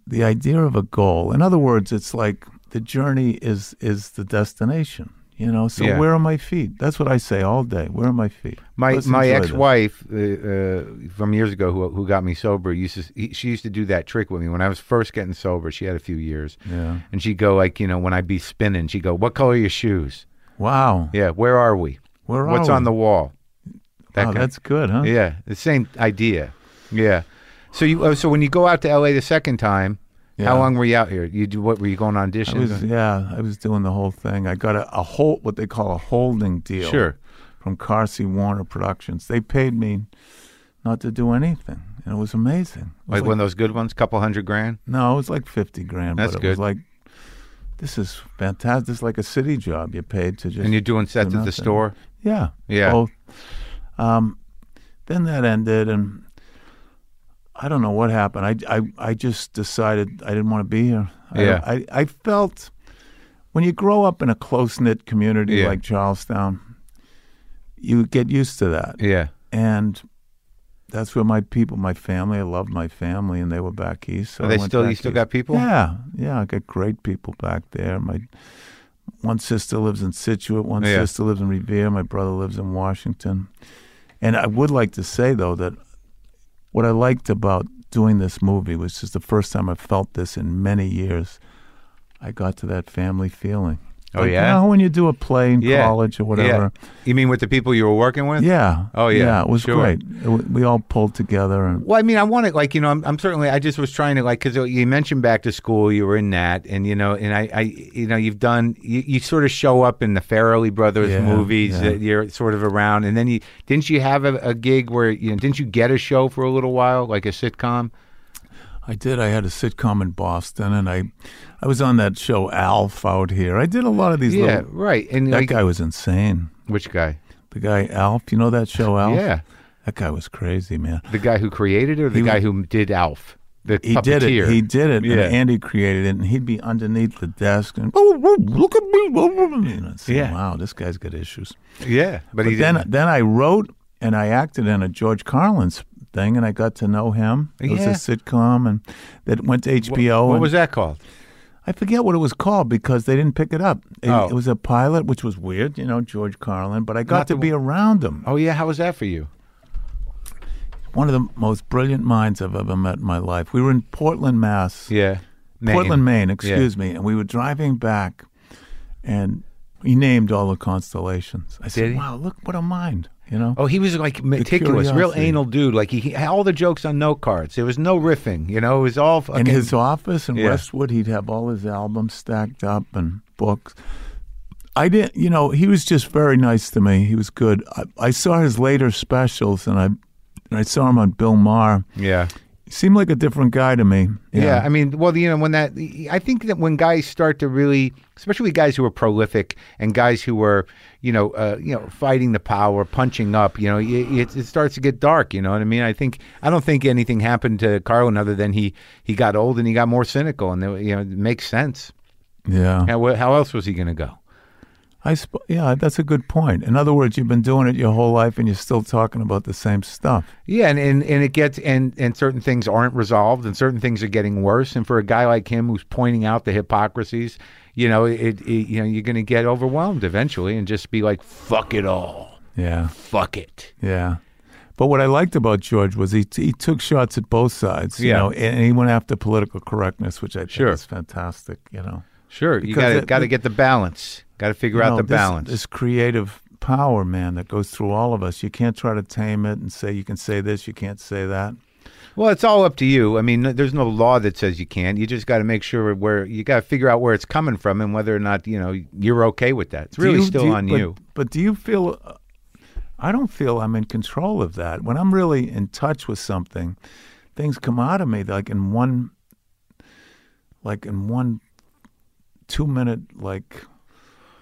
Speaker 2: the idea of a goal. In other words, it's like the journey is is the destination. You know, so
Speaker 1: Yeah.
Speaker 2: where are my feet? That's what I say all day. Where are my feet?
Speaker 3: My
Speaker 2: Let's
Speaker 3: my
Speaker 2: enjoy
Speaker 3: ex
Speaker 2: them.
Speaker 3: wife uh, uh, from years ago, who who got me sober, used to he- she used to do that trick with me when I was first getting sober. She had a few years,
Speaker 2: Yeah.
Speaker 3: and she'd go like, you know, when I'd be spinning, she'd go, "What color are your shoes?
Speaker 2: Wow.
Speaker 3: Yeah, where are we?
Speaker 2: Where are
Speaker 3: What's
Speaker 2: we?
Speaker 3: on the wall? That
Speaker 2: Wow,
Speaker 3: kind-
Speaker 2: that's good, huh?
Speaker 3: yeah, the same idea. Yeah. So you uh, so when you go out to L.A. the second time,
Speaker 2: Yeah.
Speaker 3: how long were you out here? You do what were you going on
Speaker 2: I
Speaker 3: auditions?
Speaker 2: was, yeah, I was doing the whole thing. I got a, a whole what they call a holding deal.
Speaker 3: Sure.
Speaker 2: From Carsey Warner Productions, they paid me not to do anything, and it was amazing. It was
Speaker 3: like, one of those good ones, couple hundred grand.
Speaker 2: No, it was like fifty grand.
Speaker 3: That's
Speaker 2: but it
Speaker 3: good.
Speaker 2: was like this is fantastic. This is like a city job. You're paid to just
Speaker 3: And you're doing sets at the
Speaker 2: nothing. Oh.
Speaker 3: store.
Speaker 2: yeah
Speaker 3: Yeah.
Speaker 2: Both. Um, then that ended, and I don't know what happened. I I I just decided I didn't want to be here. I,
Speaker 3: Yeah.
Speaker 2: I I felt when you grow up in a close knit community
Speaker 3: Yeah.
Speaker 2: like Charlestown, you get used to that
Speaker 3: Yeah.
Speaker 2: and that's where my people, my family. I love my family, and they were back east. So
Speaker 3: Are
Speaker 2: I
Speaker 3: they
Speaker 2: went
Speaker 3: still? You
Speaker 2: back
Speaker 3: still
Speaker 2: east.
Speaker 3: got people?
Speaker 2: Yeah, yeah. I got great people back there. My one sister lives in Situate. One
Speaker 3: Yeah.
Speaker 2: sister lives in Revere. My brother lives in Washington. And I would like to say though that what I liked about doing this movie was just the first time I felt this in many years. I got to that family feeling.
Speaker 3: Oh,
Speaker 2: Like,
Speaker 3: yeah?
Speaker 2: You know when you do a play in
Speaker 3: Yeah.
Speaker 2: college or whatever.
Speaker 3: <laughs> Yeah. You mean with the people you were working with?
Speaker 2: Yeah.
Speaker 3: Oh, yeah,
Speaker 2: Yeah, it was
Speaker 3: sure.
Speaker 2: great. It w- we all pulled together and
Speaker 3: Well, I mean, I want to like you know, I'm, I'm certainly. I just was trying to like because you mentioned back to school, you were in that, and you know, and I, I you know, you've done. You, you sort of show up in the Farrelly Brothers
Speaker 2: Yeah,
Speaker 3: movies.
Speaker 2: yeah.
Speaker 3: That you're sort of around, and then you didn't you have a, a gig where you know, didn't you get a show for a little while, like a sitcom?
Speaker 2: I did. I had a sitcom in Boston and I I was on that show Alf out here. I did a lot of these
Speaker 3: yeah,
Speaker 2: little
Speaker 3: right. And
Speaker 2: That
Speaker 3: like
Speaker 2: guy was insane.
Speaker 3: which guy?
Speaker 2: The guy Alf, you know that show Alf?
Speaker 3: Yeah,
Speaker 2: That guy was crazy, man.
Speaker 3: the guy who created it, or the
Speaker 2: He was-
Speaker 3: guy who did Alf, the
Speaker 2: He
Speaker 3: puppeteer.
Speaker 2: did it. He did it.
Speaker 3: Yeah.
Speaker 2: And Andy created it and he'd be underneath the desk and oh, oh, look at me. Oh, oh, oh," you know, it's like,
Speaker 3: Yeah.
Speaker 2: Wow, this guy's got issues.
Speaker 3: yeah, but, he
Speaker 2: But then
Speaker 3: didn't.
Speaker 2: then I wrote and I acted in a George Carlin's thing and I got to know him. It
Speaker 3: Yeah.
Speaker 2: was a sitcom and that went to
Speaker 3: Wh-
Speaker 2: HBO.
Speaker 3: What
Speaker 2: and-
Speaker 3: was that called?
Speaker 2: I forget what it was called because they didn't pick it up. It,
Speaker 3: Oh.
Speaker 2: it was a pilot, which was weird, you know, George Carlin. But I got
Speaker 3: Not
Speaker 2: to
Speaker 3: the-
Speaker 2: be around him.
Speaker 3: Oh yeah, how was that for you?
Speaker 2: One of the most brilliant minds I've ever met in my life. We were in Portland, Mass.
Speaker 3: Yeah, Maine.
Speaker 2: Portland, Maine. Excuse me. And we were driving back, and he named all the constellations. I said,
Speaker 3: Did he?
Speaker 2: "Wow, look what a mind!" You know.
Speaker 3: Oh, he was like meticulous, real
Speaker 2: curiosity.
Speaker 3: anal dude. Like he, he had all the jokes on note cards. There was no riffing. You know, it was all fucking.
Speaker 2: in his office in
Speaker 3: Yeah.
Speaker 2: Westwood, he'd have all his albums stacked up and books. I didn't, you know, he was just very nice to me. He was good. I, I saw his later specials, and I, and I saw him on Bill Maher.
Speaker 3: yeah.
Speaker 2: He seemed like a different guy to me.
Speaker 3: yeah, I mean, well, you know, when that, I think that when guys start to really, especially guys who are prolific and guys who are, you know, uh, you know, fighting the power, punching up, you know, it, it starts to get dark. You know what I mean? I think I don't think anything happened to Carlin other than he he got old and he got more cynical, and you know, it makes sense.
Speaker 2: yeah.
Speaker 3: How, how else was he going to go?
Speaker 2: I sp- yeah, that's a good point. In other words, you've been doing it your whole life, and you're still talking about the same stuff.
Speaker 3: Yeah, and, and, and it gets and, and certain things aren't resolved and certain things are getting worse. And for a guy like him who's pointing out the hypocrisies, you know, it, it you know, you're gonna get overwhelmed eventually and just be like, Fuck it all.
Speaker 2: Yeah.
Speaker 3: Fuck it.
Speaker 2: Yeah. But what I liked about George was he he took shots at both sides, you
Speaker 3: Yeah.
Speaker 2: know, and he went after political correctness, which I think
Speaker 3: Sure.
Speaker 2: is fantastic, you know.
Speaker 3: Sure. you
Speaker 2: Because
Speaker 3: gotta
Speaker 2: it-
Speaker 3: gotta get the balance. Gotta figure
Speaker 2: You
Speaker 3: out
Speaker 2: know,
Speaker 3: the
Speaker 2: this-
Speaker 3: balance.
Speaker 2: This creative power, man, that goes through all of us. You can't try to tame it and say you can say this, you can't say that.
Speaker 3: Well, it's all up to you. I mean, there's no law that says you can't. You just gotta make sure where you gotta figure out where it's coming from and whether or not, you know, you're okay with that. It's
Speaker 2: Do
Speaker 3: really
Speaker 2: you-
Speaker 3: still
Speaker 2: do
Speaker 3: on
Speaker 2: but,
Speaker 3: you.
Speaker 2: But do you feel? uh, I don't feel I'm in control of that. When I'm really in touch with something, things come out of me like in one, like in one, two minute like.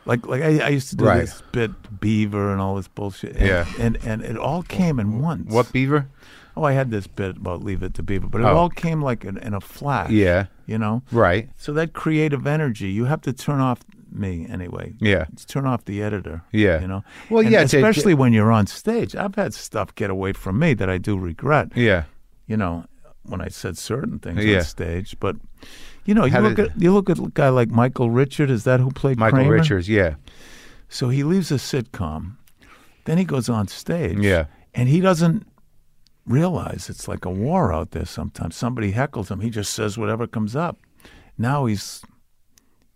Speaker 2: Like, like I, I used to do
Speaker 3: Right.
Speaker 2: this bit beaver and all this bullshit. And,
Speaker 3: Yeah.
Speaker 2: and and it all came in once.
Speaker 3: What beaver?
Speaker 2: Oh, I had this bit about leave it to Beaver, but it
Speaker 3: Oh.
Speaker 2: all came like in, in a flash.
Speaker 3: Yeah.
Speaker 2: You know?
Speaker 3: Right.
Speaker 2: So that creative energy, you have to turn off me anyway.
Speaker 3: Yeah.
Speaker 2: It's turn off the editor.
Speaker 3: Yeah.
Speaker 2: You know?
Speaker 3: Well,
Speaker 2: And
Speaker 3: yeah, to-
Speaker 2: Especially when you're on stage. I've had stuff get away from me that I do regret,
Speaker 3: Yeah.
Speaker 2: you know, when I said certain things
Speaker 3: Yeah.
Speaker 2: on stage. But, you know, you
Speaker 3: How
Speaker 2: look,
Speaker 3: did-
Speaker 2: at, you look at a guy like Michael Richard. Is that who played
Speaker 3: Michael
Speaker 2: Kramer?
Speaker 3: Richards, yeah.
Speaker 2: So he leaves a sitcom, then he goes on stage.
Speaker 3: Yeah.
Speaker 2: And he doesn't realize it's like a war out there sometimes. Somebody heckles him, he just says whatever comes up. Now he's,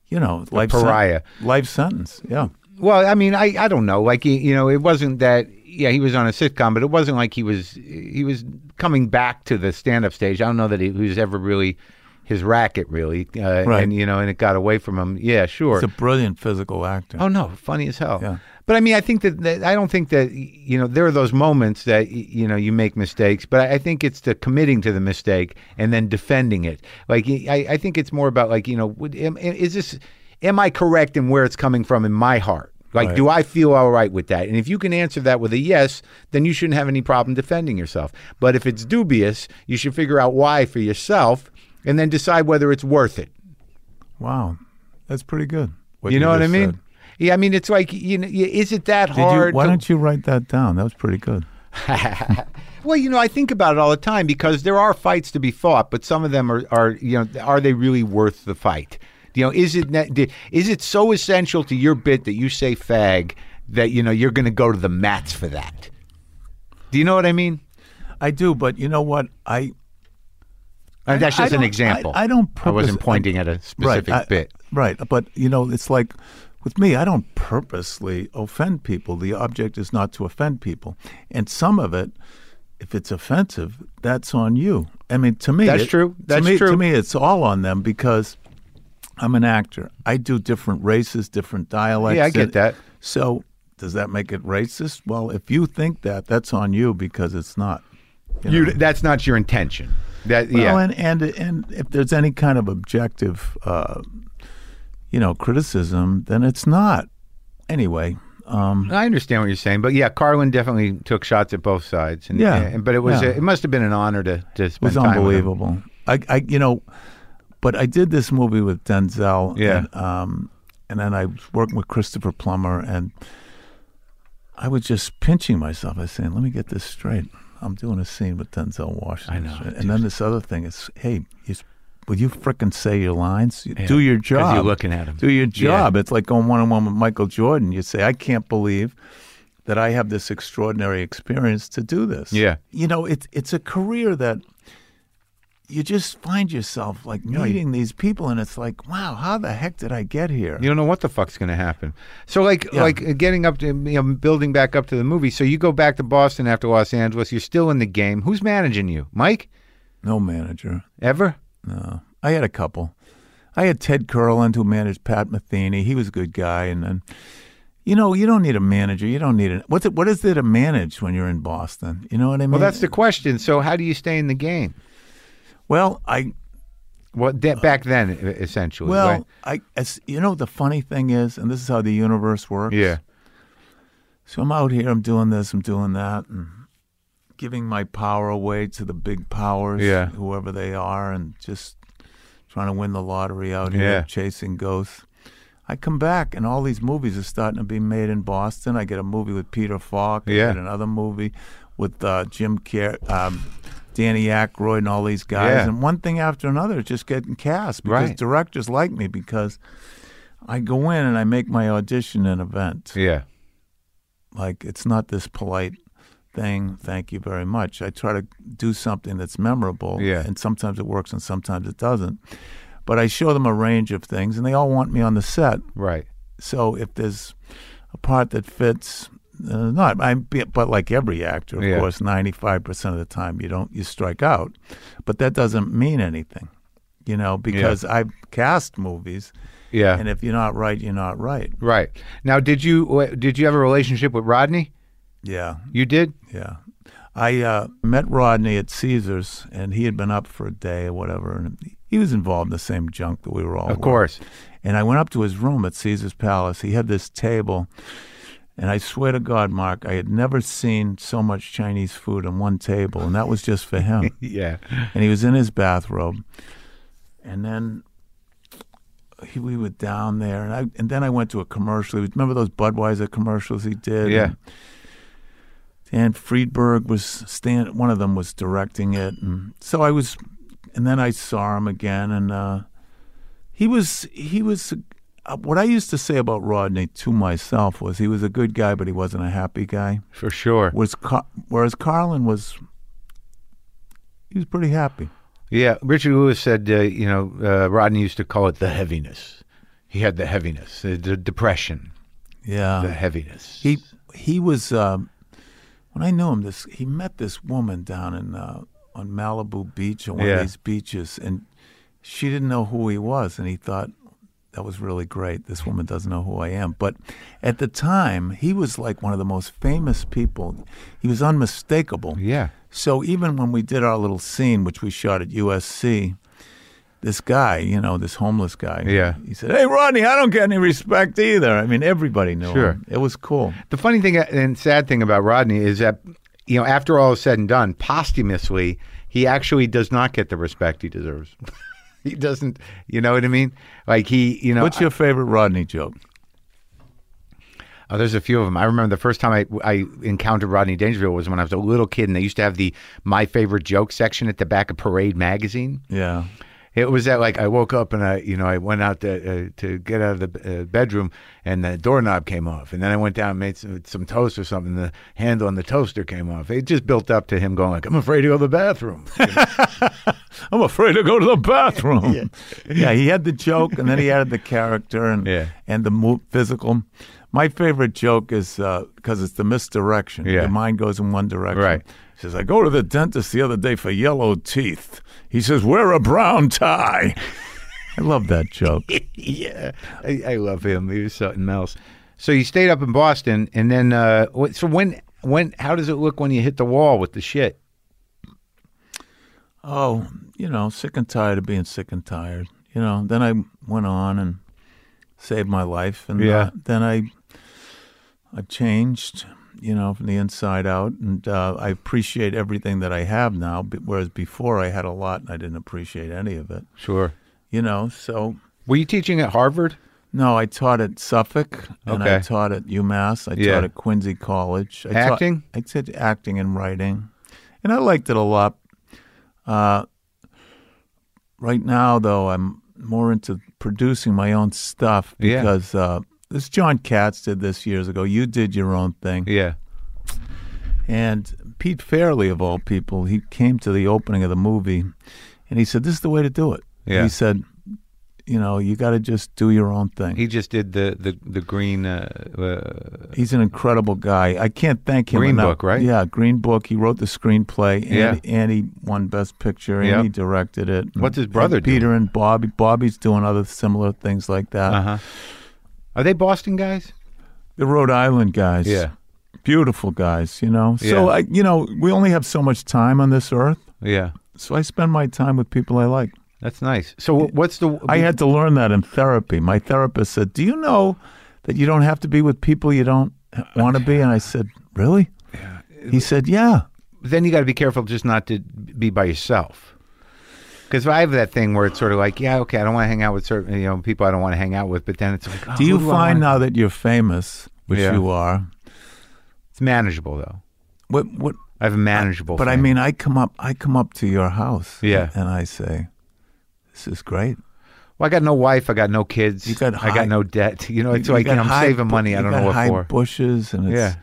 Speaker 2: you know, life sen-
Speaker 3: pariah.
Speaker 2: life sentence. Yeah.
Speaker 3: Well, I mean, I, I don't know. Like, he- you know, it wasn't that. Yeah, he was on a sitcom, but it wasn't like he was he was coming back to the stand up stage. I don't know that he was ever really his racket, really. Uh,
Speaker 2: Right.
Speaker 3: And you know, and it got away from him. Yeah, sure.
Speaker 2: He's a brilliant physical actor.
Speaker 3: Oh no, funny as hell.
Speaker 2: Yeah.
Speaker 3: But I mean, I think that, that I don't think that y- you know there are those moments that y- you know you make mistakes, but I, I think it's the committing to the mistake and then defending it. Like y- I, I think it's more about like you know would, am, is this am I correct in where it's coming from in my heart? Like,
Speaker 2: Right.
Speaker 3: do I feel all right with that? And if you can answer that with a yes, then you shouldn't have any problem defending yourself. But if it's dubious, you should figure out why for yourself and then decide whether it's worth it
Speaker 2: Wow. That's pretty good. what
Speaker 3: you know what I
Speaker 2: just
Speaker 3: mean?
Speaker 2: said.
Speaker 3: Yeah, I mean it's like you know, y- is it that
Speaker 2: Did
Speaker 3: hard?
Speaker 2: you, why
Speaker 3: to-
Speaker 2: don't you write that down? That was pretty good.
Speaker 3: <laughs> well, you know, I think about it all the time because there are fights to be fought, but some of them are, are you know, are they really worth the fight? You know, is it ne- di- is it so essential to your bit that you say fag that you know you're going to go to the mats for that? Do you know what I mean?
Speaker 2: I do, but you know what? I
Speaker 3: Uh, that's
Speaker 2: I
Speaker 3: just an
Speaker 2: don't-
Speaker 3: example.
Speaker 2: I, I don't.
Speaker 3: I wasn't
Speaker 2: purpose-
Speaker 3: pointing at a specific
Speaker 2: right, I-
Speaker 3: bit.
Speaker 2: right, but you know, it's like with me, I don't purposely offend people. The object is not to offend people, and some of it, if it's offensive, that's on you. I mean, to me,
Speaker 3: That's
Speaker 2: it-
Speaker 3: true. That's
Speaker 2: to me,
Speaker 3: true.
Speaker 2: To me, it's all on them because I'm an actor. I do different races, different dialects.
Speaker 3: Yeah, I get
Speaker 2: and-
Speaker 3: that.
Speaker 2: So, does that make it racist? Well, if you think that, that's on you because it's not.
Speaker 3: You, that's not your intention. That yeah.
Speaker 2: Well, and, and and if there's any kind of objective, uh, you know, criticism, then it's not. Anyway, um,
Speaker 3: I understand what you're saying, but yeah, Carlin definitely took shots at both sides. And,
Speaker 2: Yeah.
Speaker 3: and- but it was
Speaker 2: Yeah.
Speaker 3: it must have been an honor to to
Speaker 2: it
Speaker 3: spend
Speaker 2: was
Speaker 3: time with him.
Speaker 2: unbelievable. I, I, you know, but I did this movie with Denzel.
Speaker 3: Yeah.
Speaker 2: And, um, and then I was working with Christopher Plummer, and I was just pinching myself. I was saying, "Let me get this straight. I'm doing a scene with Denzel Washington."
Speaker 3: I know,
Speaker 2: And then this other thing is, "Hey, you, s- will you frickin' say your lines? You- Do your job.
Speaker 3: you're looking at him.
Speaker 2: Do your
Speaker 3: Yeah.
Speaker 2: job. It's like going one on one with Michael Jordan. You say, I can't believe that I have this extraordinary experience to do this.
Speaker 3: Yeah.
Speaker 2: You know, it's it's a career that you just find yourself like meeting these people and it's like, wow, how the heck did I get here?
Speaker 3: You don't know what the fuck's going to happen. So like
Speaker 2: Yeah.
Speaker 3: like uh, getting up to you know, building back up to the movie. So you go back to Boston after Los Angeles. You're still in the game. Who's managing you, Mike?
Speaker 2: No manager.
Speaker 3: Ever?
Speaker 2: No. I had a couple. I had Ted Curland who managed Pat Metheny. He was a good guy and then you know, you don't need a manager. You don't need it. What's it, what is there to manage when you're in Boston? You know what I mean?
Speaker 3: Well, that's the question. So how do you stay in the game?
Speaker 2: well. I
Speaker 3: Well, de- back then e- essentially.
Speaker 2: Well,
Speaker 3: right?
Speaker 2: I as you know the funny thing is, and this is how the universe works.
Speaker 3: yeah.
Speaker 2: So I'm out here, I'm doing this, I'm doing that, and giving my power away to the big powers,
Speaker 3: Yeah.
Speaker 2: whoever they are, and just trying to win the lottery out here,
Speaker 3: Yeah.
Speaker 2: chasing ghosts. I come back, and all these movies are starting to be made in Boston. I get a movie with Peter Falk. I
Speaker 3: Yeah.
Speaker 2: get another movie with uh, Jim Car- um, Danny Aykroyd, and all these guys.
Speaker 3: Yeah.
Speaker 2: And one thing after another, is just getting cast because
Speaker 3: Right.
Speaker 2: directors like me because I go in and I make my audition an event.
Speaker 3: Yeah.
Speaker 2: Like it's not this polite thing. Thank you very much. I try to do something that's memorable.
Speaker 3: Yeah.
Speaker 2: And sometimes it works and sometimes it doesn't. But I show them a range of things and they all want me on the set.
Speaker 3: Right.
Speaker 2: So if there's a part that fits, uh, not I, but like every actor, of
Speaker 3: Yeah.
Speaker 2: course, ninety-five percent of the time you don't you strike out, but that doesn't mean anything, you know, because I've cast movies,
Speaker 3: Yeah.
Speaker 2: and if you're not right, you're not right.
Speaker 3: right. Now, did you w- did you have a relationship with Rodney?
Speaker 2: Yeah,
Speaker 3: You did.
Speaker 2: yeah. I uh, met Rodney at Caesars, and he had been up for a day or whatever, and he was involved in the same junk that we were all.
Speaker 3: Of
Speaker 2: were.
Speaker 3: course.
Speaker 2: And I went up to his room at Caesar's Palace. He had this table. And I swear to God, Mark, I had never seen so much Chinese food on one table. And that was just
Speaker 3: <laughs>
Speaker 2: for him.
Speaker 3: Yeah.
Speaker 2: and he was in his bathrobe. And then he, we were down there. And, I, and then I went to a commercial. Remember those Budweiser commercials he did?
Speaker 3: Yeah.
Speaker 2: And Friedberg was stand. One of them was directing it, and so I was. And then I saw him again, and uh, he was he was uh, what I used to say about Rodney to myself was he was a good guy, but he wasn't a happy guy.
Speaker 3: for sure.
Speaker 2: Was Car- whereas Carlin was, he was pretty happy.
Speaker 3: Yeah, Richard Lewis said, uh, you know, uh, Rodney used to call it the heaviness. He had the heaviness, the, the depression,
Speaker 2: Yeah,
Speaker 3: the heaviness.
Speaker 2: Uh, he he was um, when I knew him. This he met this woman down in uh, on Malibu Beach on one
Speaker 3: Yeah.
Speaker 2: of these beaches, and she didn't know who he was, and he thought that was really great. This woman doesn't know who I am, but at the time he was like one of the most famous people. He was unmistakable.
Speaker 3: yeah,
Speaker 2: So even when we did our little scene, which we shot at USC, this guy, you know, this homeless guy,
Speaker 3: Yeah.
Speaker 2: he said, "Hey, Rodney, I don't get any respect either." I mean, everybody knew
Speaker 3: Sure.
Speaker 2: him. It was cool.
Speaker 3: The funny thing uh, and sad thing about Rodney is that, you know, after all is said and done, posthumously, he actually does not get the respect he deserves. <laughs> he doesn't, you know what I mean? Like he, you know,
Speaker 2: What's your favorite Rodney joke?
Speaker 3: Oh, there's a few of them. I remember the first time I, I encountered Rodney Dangerfield was when I was a little kid, and they used to have the my favorite joke section at the back of Parade magazine.
Speaker 2: Yeah,
Speaker 3: It was that like I woke up and I, you know, I went out to uh, to get out of the uh, bedroom and the doorknob came off, and then I went down and made some, some toast or something. The handle on the toaster came off. It just built up to him going like, "I'm afraid to go to the bathroom." <laughs>
Speaker 2: I'm afraid to go to the bathroom. <laughs> yeah. he had the joke, and then he added the character and
Speaker 3: Yeah.
Speaker 2: and the mo- physical. My favorite joke is because it's the misdirection.
Speaker 3: Yeah.
Speaker 2: Your mind goes in one direction.
Speaker 3: Right.
Speaker 2: He says, "I go to the dentist the other day for yellow teeth." He says, "Wear a brown tie." <laughs> I love that joke.
Speaker 3: yeah, I, I love him. He was something else. So you stayed up in Boston, and then uh, what- so when when how does it look when you hit the wall with the shit?
Speaker 2: oh, you know, sick and tired of being sick and tired. You know, then I went on and saved my life, and uh,
Speaker 3: Yeah.
Speaker 2: then I I've changed, you know, from the inside out, and uh, I appreciate everything that I have now. b- Whereas before, I had a lot and I didn't appreciate any of it.
Speaker 3: Sure.
Speaker 2: You know, so
Speaker 3: Were you teaching at Harvard?
Speaker 2: no, I taught at Suffolk, and I
Speaker 3: Okay.
Speaker 2: taught at UMass. I
Speaker 3: Yeah.
Speaker 2: taught at Quincy College. I taught-
Speaker 3: Acting?
Speaker 2: I did acting and writing, and I liked it a lot. Uh, right now, though, I'm more into producing my own stuff
Speaker 3: Yeah.
Speaker 2: because uh, this John Katz did this years ago. You did your own thing,
Speaker 3: Yeah.
Speaker 2: and Pete Fairley, of all people, he came to the opening of the movie, and he said, "This is the way to do it."
Speaker 3: Yeah.
Speaker 2: He said, "You know, you got to just do your own thing."
Speaker 3: He just did the the the green. Uh, uh,
Speaker 2: He's an incredible guy. I can't thank him
Speaker 3: Green
Speaker 2: enough.
Speaker 3: Book, right?
Speaker 2: Yeah, Green Book. He wrote the screenplay. And,
Speaker 3: Yeah.
Speaker 2: and he won Best Picture. And
Speaker 3: Yeah.
Speaker 2: he directed it. And-
Speaker 3: What's his brother
Speaker 2: and Peter and Bobby. Bobby's doing other similar things like that.
Speaker 3: uh huh. Are they Boston guys?
Speaker 2: The Rhode Island guys.
Speaker 3: Yeah.
Speaker 2: Beautiful guys, you know. So
Speaker 3: Yeah.
Speaker 2: I, you know, we only have so much time on this earth.
Speaker 3: Yeah.
Speaker 2: So I spend my time with people I like.
Speaker 3: That's nice. So wh- what's the?
Speaker 2: I had to learn that in therapy. My therapist said, "Do you know that you don't have to be with people you don't want to be?" And I said, "Really?" He said, "Yeah."
Speaker 3: then you got to be careful just not to be by yourself. Because I have that thing where it's sort of like, yeah, okay, I don't want to hang out with certain you know people I don't want to hang out with, but then it's like, oh,
Speaker 2: Do you
Speaker 3: who I
Speaker 2: find uh,
Speaker 3: wanna-
Speaker 2: now that you're famous, which
Speaker 3: Yeah.
Speaker 2: you are,
Speaker 3: it's manageable though?
Speaker 2: what what?
Speaker 3: I have a manageable.
Speaker 2: But I
Speaker 3: thing.
Speaker 2: mean, I come up, I come up to your house,
Speaker 3: Yeah.
Speaker 2: and I say, "This is great."
Speaker 3: well, I got no wife, I got no kids,
Speaker 2: You got
Speaker 3: I
Speaker 2: high-
Speaker 3: got no debt. <laughs> You know, it's
Speaker 2: You
Speaker 3: like
Speaker 2: got
Speaker 3: I'm
Speaker 2: high
Speaker 3: saving
Speaker 2: bu-
Speaker 3: money.
Speaker 2: you
Speaker 3: I don't know
Speaker 2: got
Speaker 3: what
Speaker 2: high
Speaker 3: for.
Speaker 2: bushes, and it's
Speaker 3: Yeah.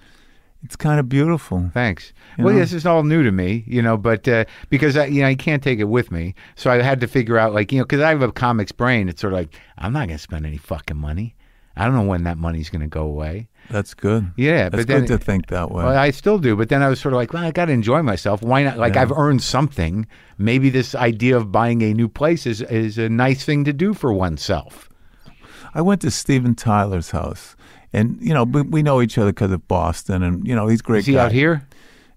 Speaker 2: it's kind of beautiful.
Speaker 3: Thanks.
Speaker 2: You
Speaker 3: well,
Speaker 2: know?
Speaker 3: this is all new to me, you know, but uh, because I, you know, I can't take it with me, so I had to figure out, like, you know, because I have a comic's brain. It's sort of like I'm not going to spend any fucking money. I don't know when that money's going to go away.
Speaker 2: That's good.
Speaker 3: Yeah,
Speaker 2: that's
Speaker 3: but then
Speaker 2: good to think that way.
Speaker 3: Well, I still do, but then I was sort of like, well, I got to enjoy myself. Why not? Like,
Speaker 2: Yeah.
Speaker 3: I've earned something. Maybe this idea of buying a new place is is a nice thing to do for oneself.
Speaker 2: I went to Steven Tyler's house, and you know, we, we know each other because of Boston, and you know, he's a great.
Speaker 3: Is he
Speaker 2: guy.
Speaker 3: out here?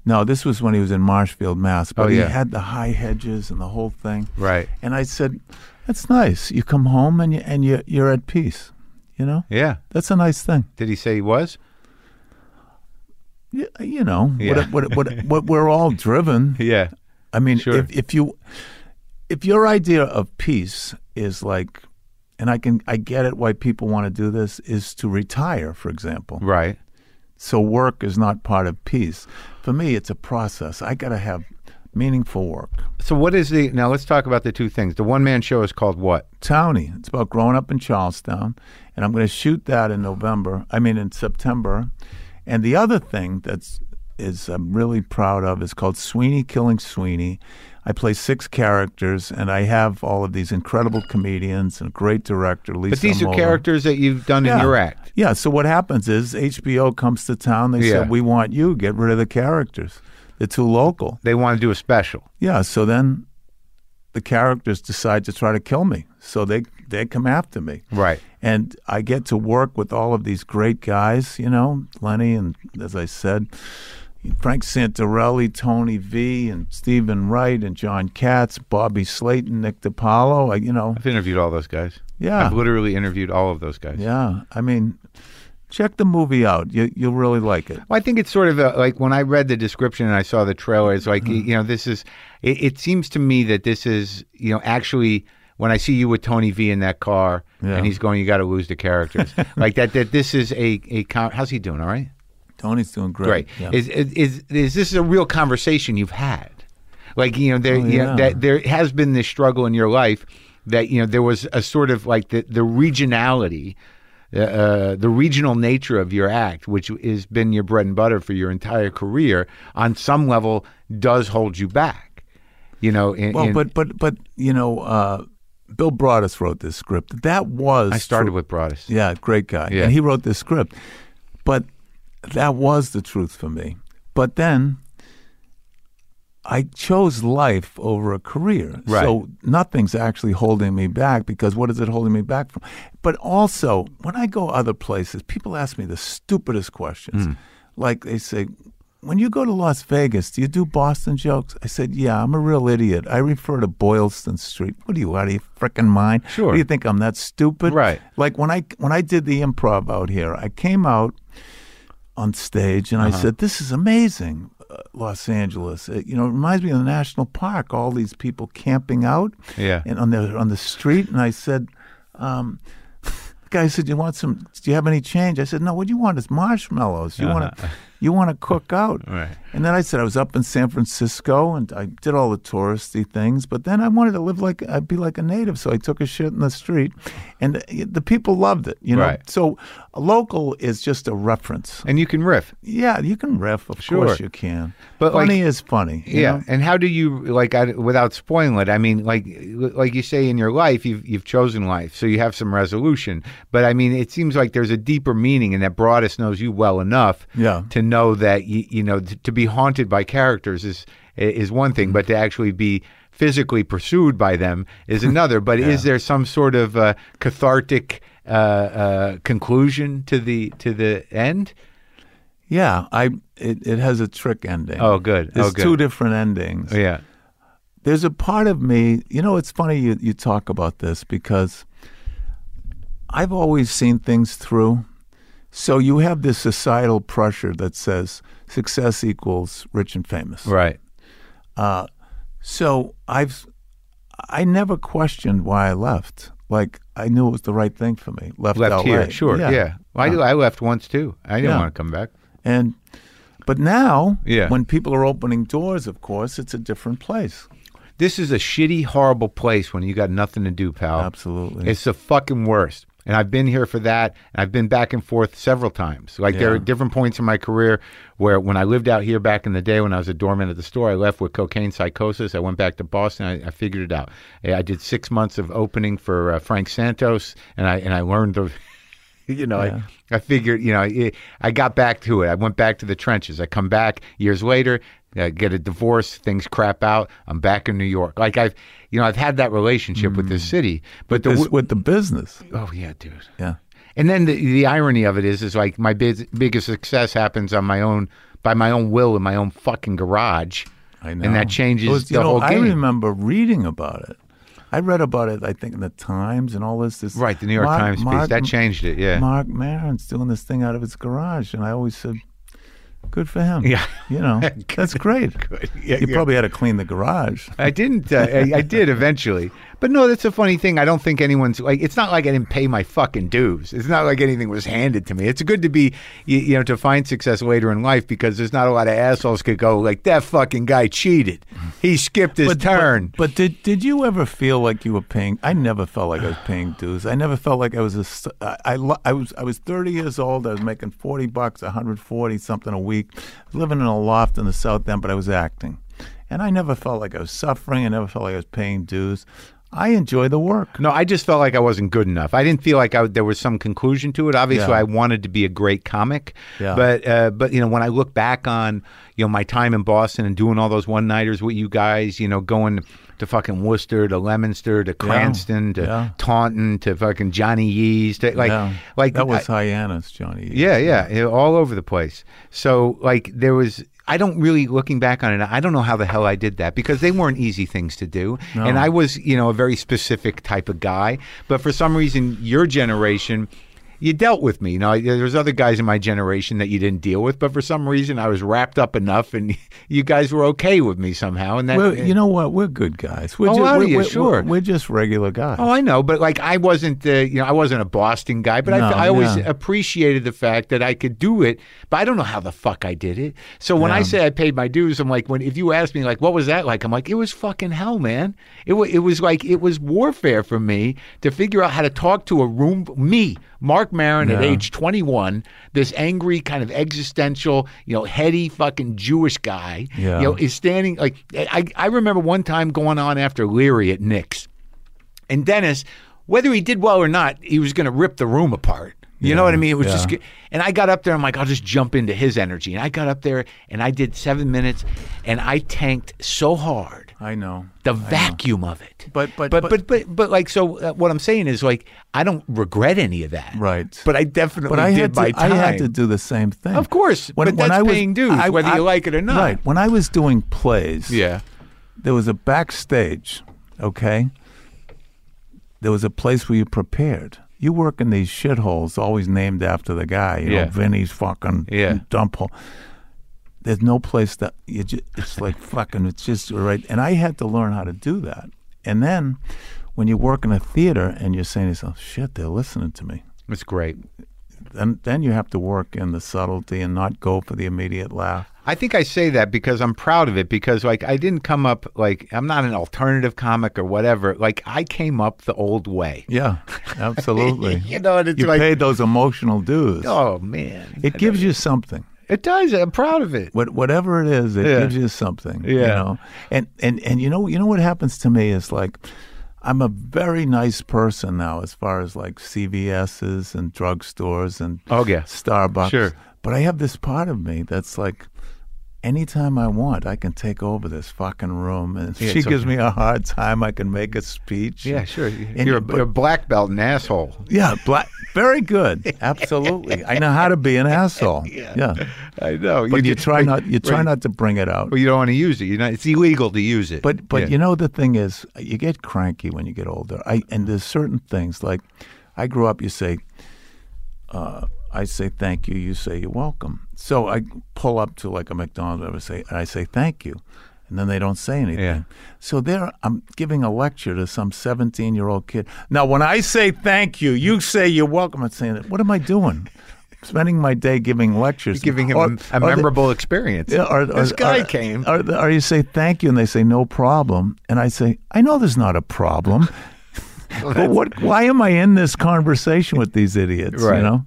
Speaker 2: No, this was when he was in Marshfield, Mass. But
Speaker 3: Oh, yeah.
Speaker 2: he had the high hedges and the whole thing.
Speaker 3: Right.
Speaker 2: And I said, "That's nice. You come home and you and you you're at peace. You know,
Speaker 3: Yeah.
Speaker 2: that's a nice thing.
Speaker 3: Did he say he was?
Speaker 2: You, you know,
Speaker 3: Yeah.
Speaker 2: what, what what what we're all
Speaker 3: <laughs>
Speaker 2: driven.
Speaker 3: Yeah.
Speaker 2: I mean,
Speaker 3: Sure.
Speaker 2: if if you if your idea of peace is like, and I can I get it why people want to do this is to retire, for example.
Speaker 3: Right.
Speaker 2: So work is not part of peace. For me, it's a process. I got to have meaningful work.
Speaker 3: So what is the now? Let's talk about the two things. The one man show is called what?
Speaker 2: Townie. It's about growing up in Charlestown, and I'm going to shoot that in November. I mean, in September. And the other thing that's is I'm really proud of is called Sweeney Killing Sweeney. I play six characters, and I have all of these incredible comedians and a great director. Lisa
Speaker 3: But these are
Speaker 2: Moeller.
Speaker 3: characters that you've done in your act.
Speaker 2: Yeah. So what happens is HBO comes to town. They
Speaker 3: Yeah.
Speaker 2: said, "We want you. Get rid of the characters. They're too local."
Speaker 3: They want to do a special.
Speaker 2: Yeah. So then the characters decide to try to kill me. So they they come after me.
Speaker 3: Right.
Speaker 2: And I get to work with all of these great guys, you know, Lenny and as I said, Frank Santarelli, Tony V, and Stephen Wright, and John Katz, Bobby Slayton, Nick DiPaolo. I, you know,
Speaker 3: I've interviewed all those guys.
Speaker 2: Yeah.
Speaker 3: I've literally interviewed all of those guys.
Speaker 2: yeah. I mean, check the movie out. You you'll really like it.
Speaker 3: Well, I think it's sort of a, like when I read the description and I saw the trailer, it's like,
Speaker 2: Mm-hmm.
Speaker 3: you know, this is, it, it seems to me that this is, you know, actually when I see you with Tony V in that car
Speaker 2: Yeah.
Speaker 3: and he's going, you got to lose the
Speaker 2: <laughs>
Speaker 3: characters. like that, that this is a, a, con- how's he doing? All right.
Speaker 2: Tony's doing great.
Speaker 3: Great.
Speaker 2: Yeah.
Speaker 3: Is, is, is, is this a real conversation you've had? Like, you know, there, you know,
Speaker 2: Oh, yeah.
Speaker 3: that there has been this struggle in your life that, you know, there was a sort of like the, the regionality, uh, the regional nature of your act, which has been your bread and butter for your entire career, on some level does hold you back. You know, in,
Speaker 2: Well,
Speaker 3: in-
Speaker 2: Oh, but but but you know, uh, Bill Broadus wrote this script. That was
Speaker 3: I started
Speaker 2: tru-
Speaker 3: with Broadus.
Speaker 2: yeah, great guy,
Speaker 3: Yeah.
Speaker 2: and he wrote this script. But that was the truth for me. But then I chose life over a career,
Speaker 3: Right.
Speaker 2: so nothing's actually holding me back because what is it holding me back from? But also, when I go other places, people ask me the stupidest questions,
Speaker 3: Hmm.
Speaker 2: like they say. When you go to Las Vegas, do you do Boston jokes? I said, Yeah, I'm a real idiot. I refer to Boylston Street. What are you out of your frickin' mind?
Speaker 3: Sure.
Speaker 2: What do you think I'm that stupid?
Speaker 3: Right.
Speaker 2: Like when I when I did the improv out here, I came out on stage and I said, "This is amazing, uh, Los Angeles. It, you know, it reminds me of the national park. All these people camping out,
Speaker 3: Yeah.
Speaker 2: and on the on the street." And I said, um, <laughs> "The guy said, you want some? Do you have any change?" I said, "No. What you want is marshmallows. You want to." You want to cook out,
Speaker 3: Right.
Speaker 2: and then I said I was up in San Francisco, and I did all the touristy things. But then I wanted to live like I'd be like a native, so I took a shit in the street, and the, the people loved it. You know,
Speaker 3: Right.
Speaker 2: so a local is just a reference.
Speaker 3: And you can riff.
Speaker 2: Yeah, you can riff. Of
Speaker 3: Sure.
Speaker 2: course you can.
Speaker 3: But,
Speaker 2: But
Speaker 3: like-
Speaker 2: funny is funny. you
Speaker 3: Yeah,
Speaker 2: know?
Speaker 3: and how do you like I, without spoiling it? I mean, like like you say in your life, you've you've chosen life, so you have some resolution. But I mean, it seems like there's a deeper meaning, and that Broadus knows you well enough,
Speaker 2: Yeah.
Speaker 3: to know that you, you know t- to be haunted by characters is is one thing, but to actually be physically pursued by them
Speaker 2: <laughs>
Speaker 3: is another. But is there some sort of uh, cathartic uh, uh, conclusion to the to the end?
Speaker 2: Yeah, I it, it has a trick ending.
Speaker 3: Oh, good.
Speaker 2: There's
Speaker 3: oh, good.
Speaker 2: two different endings.
Speaker 3: yeah,
Speaker 2: There's a part of me, you know, it's funny you, you talk about this because I've always seen things through. So you have this societal pressure that says success equals rich and famous.
Speaker 3: right.
Speaker 2: So I've I never questioned why I left. Like I knew it was the right thing for me. Left,
Speaker 3: left
Speaker 2: LA.
Speaker 3: here. Sure. Yeah. Well, I, I left once too. I didn't
Speaker 2: Yeah.
Speaker 3: want to come back.
Speaker 2: And but now,
Speaker 3: Yeah.
Speaker 2: when people are opening doors, of course, it's a different place.
Speaker 3: This is a shitty, horrible place when you got nothing to do, pal.
Speaker 2: Absolutely.
Speaker 3: It's the fucking worst. And I've been here for that. And I've been back and forth several times. Like there are different points in my career where when I lived out here back in the day when I was a doorman at the store, I left with cocaine psychosis. I went back to Boston. I, I figured it out. I, I did six months of opening for uh, Frank Santos and I and I learned the <laughs> you know, I, I figured, you know, I, I got back to it. I went back to the trenches. I come back years later, I get a divorce, things crap out. I'm back in New York. Like I've, you know, I've had that relationship with this city, Mm. but the,
Speaker 2: It's with the business.
Speaker 3: oh yeah, dude.
Speaker 2: Yeah.
Speaker 3: And then the, the irony of it is, is like my biz, biggest success happens on my own, by my own will in my own fucking garage.
Speaker 2: I know.
Speaker 3: And that changes
Speaker 2: It was- you
Speaker 3: the
Speaker 2: know,
Speaker 3: whole game.
Speaker 2: I remember reading about it. I read about it, I think, in the Times and all this. this
Speaker 3: Right, the New York
Speaker 2: Mark-
Speaker 3: Times piece
Speaker 2: Mark-
Speaker 3: that changed it. Yeah,
Speaker 2: Mark Maron's doing this thing out of his garage, and I always said, "Good for him."
Speaker 3: Yeah.
Speaker 2: You
Speaker 3: <laughs>
Speaker 2: know, that's great.
Speaker 3: Good. Yeah,
Speaker 2: you
Speaker 3: yeah.
Speaker 2: probably had to clean the garage. <laughs>
Speaker 3: I didn't. Uh, I, I did eventually, But no, that's a funny thing. I don't think anyone's like. It's not like I didn't pay my fucking dues. It's not like anything was handed to me. It's good to be, you, you know, to find success later in life because there's not a lot of assholes could go like that. Fucking guy cheated. He skipped his turn.
Speaker 2: But, did did you ever feel like you were paying? I never felt like I was paying dues. I never felt like I was a. s- I, I lo- I was I was 30 years old. I was making 40 bucks, 140 something a week, living in a loft in the South End, but I was acting, and I never felt like I was suffering. I never felt like I was paying dues. I enjoy the work.
Speaker 3: No, I just felt like I wasn't good enough. I didn't feel like I, there was some conclusion to it. Obviously,
Speaker 2: Yeah.
Speaker 3: I wanted to be a great comic,
Speaker 2: Yeah.
Speaker 3: but uh, but you know when I look back on you know my time in Boston and doing all those one nighters with you guys, you know going to fucking Worcester to Leominster to Cranston to
Speaker 2: Yeah.
Speaker 3: Taunton to fucking Johnny Yee's to like
Speaker 2: Yeah.
Speaker 3: like
Speaker 2: that was
Speaker 3: I-
Speaker 2: Hyannis, Johnny.
Speaker 3: yeah, yeah, yeah, all over the place. So like there was. I don't really looking back on it. I don't know how the hell I did that because they weren't easy things to do, and I was, you know, a very specific type of guy. But for some reason, your generation, you dealt with me. You know, there was other guys in my generation that you didn't deal with, but for some reason, I was wrapped up enough, and <laughs> you guys were okay with me somehow. And that,
Speaker 2: We're, you know what? We're good guys. We're
Speaker 3: Oh,
Speaker 2: ju-
Speaker 3: are
Speaker 2: we're,
Speaker 3: you?
Speaker 2: we're-
Speaker 3: Sure.
Speaker 2: We're, we're just regular guys.
Speaker 3: Oh, I know, but like I wasn't, uh, you know, I wasn't a Boston guy, but
Speaker 2: No,
Speaker 3: I, I always
Speaker 2: yeah.
Speaker 3: appreciated the fact that I could do it. But I don't know how the fuck I did it. So when I say I paid my dues, I'm like, when if you ask me like, what was that like? I'm like, it was fucking hell, man. It was, it was like it was warfare for me to figure out how to talk to a room me, Mark Maron at age 21, this angry kind of existential, you know, heady fucking Jewish guy,
Speaker 2: Yeah.
Speaker 3: you know, is standing like I, I remember one time going on after Leary at Nick's. And Dennis, whether he did well or not, he was going to rip the room apart. You know what I mean? It was just
Speaker 2: yeah.
Speaker 3: just. And I got up there. I'm like, I'll just jump into his energy. And I got up there and I did seven minutes, and I tanked so hard
Speaker 2: I know.
Speaker 3: the vacuum of it.
Speaker 2: But- but-
Speaker 3: but
Speaker 2: but-
Speaker 3: but but, but, like so, uh, what I'm saying is like I don't regret any of that.
Speaker 2: Right.
Speaker 3: But I definitely
Speaker 2: But I
Speaker 3: did
Speaker 2: had,
Speaker 3: my
Speaker 2: to, I
Speaker 3: time.
Speaker 2: had to do the same thing.
Speaker 3: Of course, but that's paying dues, whether you like it or not.
Speaker 2: Right. When I was doing plays,
Speaker 3: Yeah.
Speaker 2: there was a backstage, okay? There was a place where you prepared. You work in these shitholes, always named after the guy, you
Speaker 3: Yeah.
Speaker 2: know, Vinny's fucking
Speaker 3: Yeah.
Speaker 2: dump hole. There's no place that you just, it's like <laughs> fucking, it's just right. And I had to learn how to do that. And then when you work in a theater and you're saying to yourself, shit, they're listening to me
Speaker 3: It's great.
Speaker 2: then then you have to work in the subtlety and not go for the immediate laugh.
Speaker 3: I think I say that because I'm proud of it because like I didn't come up like I'm not an alternative comic or whatever. Like I came up the old way.
Speaker 2: Yeah,
Speaker 3: <laughs>
Speaker 2: absolutely.
Speaker 3: You know, and it's
Speaker 2: you
Speaker 3: like-
Speaker 2: paid those emotional dues.
Speaker 3: Oh man.
Speaker 2: It gives you something.
Speaker 3: It does. I'm proud of it.
Speaker 2: What whatever it is, it
Speaker 3: Yeah.
Speaker 2: gives you something. You
Speaker 3: Yeah.
Speaker 2: know, and and and you know you know what happens to me is like. I'm a very nice person now, as far as like CVS's and drugstores and
Speaker 3: Oh, yeah.
Speaker 2: Starbucks.
Speaker 3: Sure.
Speaker 2: But I have this part of me that's like, anytime I want, I can take over this fucking room. And if
Speaker 3: Yeah,
Speaker 2: she
Speaker 3: it's
Speaker 2: gives
Speaker 3: okay.
Speaker 2: me a hard time, I can make a speech.
Speaker 3: Yeah, sure.
Speaker 2: And-
Speaker 3: you're, a,
Speaker 2: but-
Speaker 3: you're a black belt and asshole.
Speaker 2: yeah, black, very
Speaker 3: <laughs>
Speaker 2: good. Absolutely. I know how to be an asshole. Yeah.
Speaker 3: I know.
Speaker 2: But you, try not you try
Speaker 3: right.
Speaker 2: not to bring it out.
Speaker 3: Well, you don't want to use it. You know, it's illegal to use it.
Speaker 2: But but
Speaker 3: Yeah.
Speaker 2: you know the thing is, you get cranky when you get older. I and there's certain things like, I grew up. You say, uh, I say thank you. You say you're welcome. So I say up to like a McDonald's. I would say and I say thank you, and then they don't say anything.
Speaker 3: Yeah.
Speaker 2: So there, I'm giving a lecture to some 17 year old kid. Now when I say thank you, you say you're welcome. I'm saying, what am I doing? Spending my day giving lectures,
Speaker 3: giving him
Speaker 2: Or-
Speaker 3: a
Speaker 2: or the-
Speaker 3: memorable experience.
Speaker 2: yeah, or, or,
Speaker 3: this guy
Speaker 2: or-
Speaker 3: came.
Speaker 2: Or, or you say thank you, and they say no problem, and I say I know there's not
Speaker 3: <laughs>
Speaker 2: a problem. <laughs> but what? Why am I in this conversation with these idiots?
Speaker 3: Right.
Speaker 2: You know,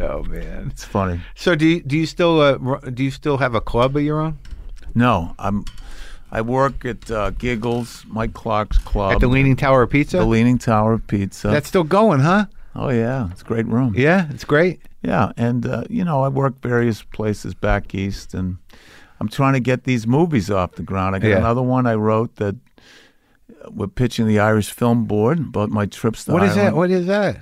Speaker 3: oh man.
Speaker 2: it's funny.
Speaker 3: So do you, do you still uh, ru- do you still have a club of your own
Speaker 2: No, I'm. I work at uh, Giggles, Mike Clark's Club,
Speaker 3: at the Leaning Tower of Pizza?
Speaker 2: the Um, Leaning Tower of Pizza.
Speaker 3: That's still going, huh?
Speaker 2: oh yeah, it's a great room.
Speaker 3: Yeah, it's great.
Speaker 2: Yeah, and uh, you know, I work various places back east, and I'm trying to get these movies off the ground. I got
Speaker 3: Yeah.
Speaker 2: another one I wrote that uh, we're pitching the Irish Film Board about my trips to
Speaker 3: What is
Speaker 2: Ireland.
Speaker 3: that? What is that?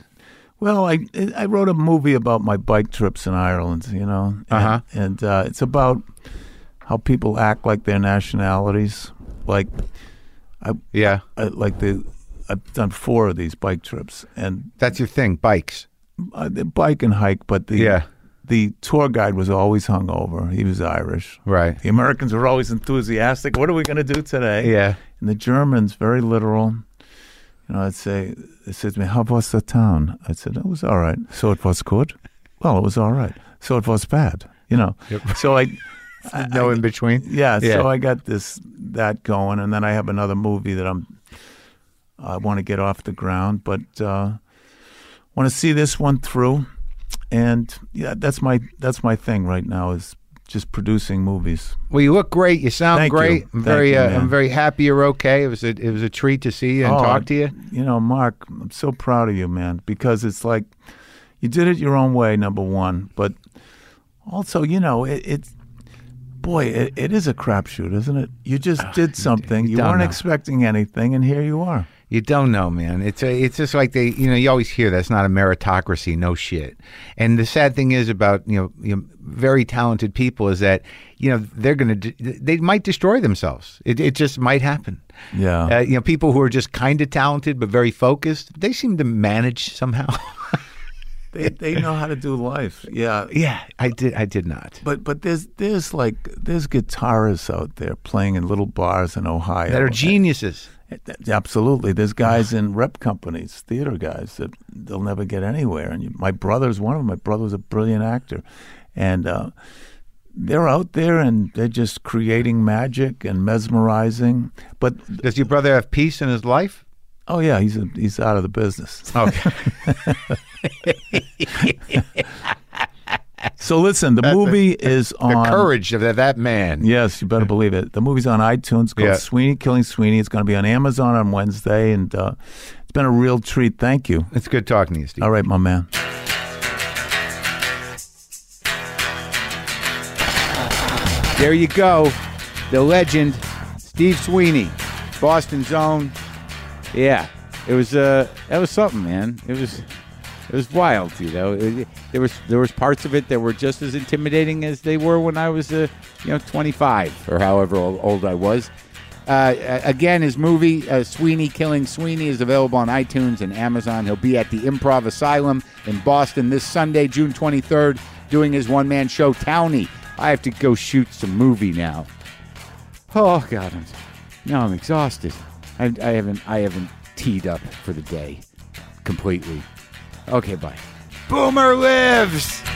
Speaker 2: Well, I I wrote a movie about my bike trips in Ireland, you know, and,
Speaker 3: Uh-huh.
Speaker 2: and uh, it's about how people act like their nationalities, like
Speaker 3: Yeah,
Speaker 2: uh, like the. I've done four of these bike trips, and
Speaker 3: that's your thing, bikes.
Speaker 2: uh, the bike and hike, but the
Speaker 3: Yeah.
Speaker 2: the tour guide was always hungover. He was Irish.
Speaker 3: Right.
Speaker 2: The Americans were always enthusiastic. What are we going to do today?
Speaker 3: Yeah.
Speaker 2: And the Germans very literal. You know, I'd say, they said to me, how was the town? I said, it was all right. So it was good? Well, it was all right. So it was bad, you know. <laughs> So I,
Speaker 3: No in between.
Speaker 2: yeah, so I got this, that going. And then I have another movie that I'm, I want to get off the ground, but uh, want to see this one through. And yeah, that's my, that's my thing right now is just producing movies.
Speaker 3: well, you look great. You sound
Speaker 2: Thank you.
Speaker 3: great. I'm
Speaker 2: Thank
Speaker 3: very,
Speaker 2: you,
Speaker 3: uh,
Speaker 2: man.
Speaker 3: I'm very happy you're okay. It was a, it was a treat to see you and
Speaker 2: Oh,
Speaker 3: talk to you.
Speaker 2: You know, Mark, I'm so proud of you, man, because it's like you did it your own way, number one, but also, you know, it, it's boy, it, it is a crapshoot, isn't it? You just did something you,
Speaker 3: Ah, don't
Speaker 2: weren't
Speaker 3: know.
Speaker 2: expecting anything, and here you are.
Speaker 3: You don't know, man. It's a, it's just like they, you know, you always hear that's not a meritocracy, no shit. And the sad thing is about you know, you know very talented people is that you know they're gonna d- they might destroy themselves. It, it just might happen.
Speaker 2: Yeah.
Speaker 3: Uh, you know, people who are just kind of talented but very focused, they seem to manage somehow. <laughs>
Speaker 2: they they know how to do life. Yeah.
Speaker 3: yeah, I did. I did not.
Speaker 2: But but there's there's like there's guitarists out there playing in little bars in Ohio
Speaker 3: That are geniuses.
Speaker 2: Absolutely. There's guys in rep companies, theater guys that they'll never get anywhere. And you, my brother's one of them. My brother was a brilliant actor, and uh, they're out there and they're just creating magic and mesmerizing. But
Speaker 3: Does your brother have peace in his life?
Speaker 2: oh yeah, he's he's out of the business.
Speaker 3: Okay.
Speaker 2: So listen, the movie is
Speaker 3: the
Speaker 2: on.
Speaker 3: courage of that, that man.
Speaker 2: Yes, you better believe it. The movie's on iTunes. It's called
Speaker 3: Yeah.
Speaker 2: Sweeney Killing Sweeney. It's going to be on Amazon on Wednesday, and uh, it's been a real treat. Thank you.
Speaker 3: It's good talking to you, Steve.
Speaker 2: All right, my man.
Speaker 1: There you go. The legend, Steve Sweeney, Boston's own. Yeah, it was uh, that was something, man. It was it was wild, you know. It- there was there was parts of it that were just as intimidating as they were when I was uh, you know 25 or however old, old I was. Uh, a- again, his movie uh, Sweeney Killing Sweeney is available on iTunes and Amazon. He'll be at the Improv Asylum in Boston this Sunday, June 23rd, doing his one man show, Townie. I have to go shoot some movie now. Oh God, I'm, now I'm exhausted. I, I haven't I haven't teed up for the day completely. Okay, bye.
Speaker 3: Boomer lives.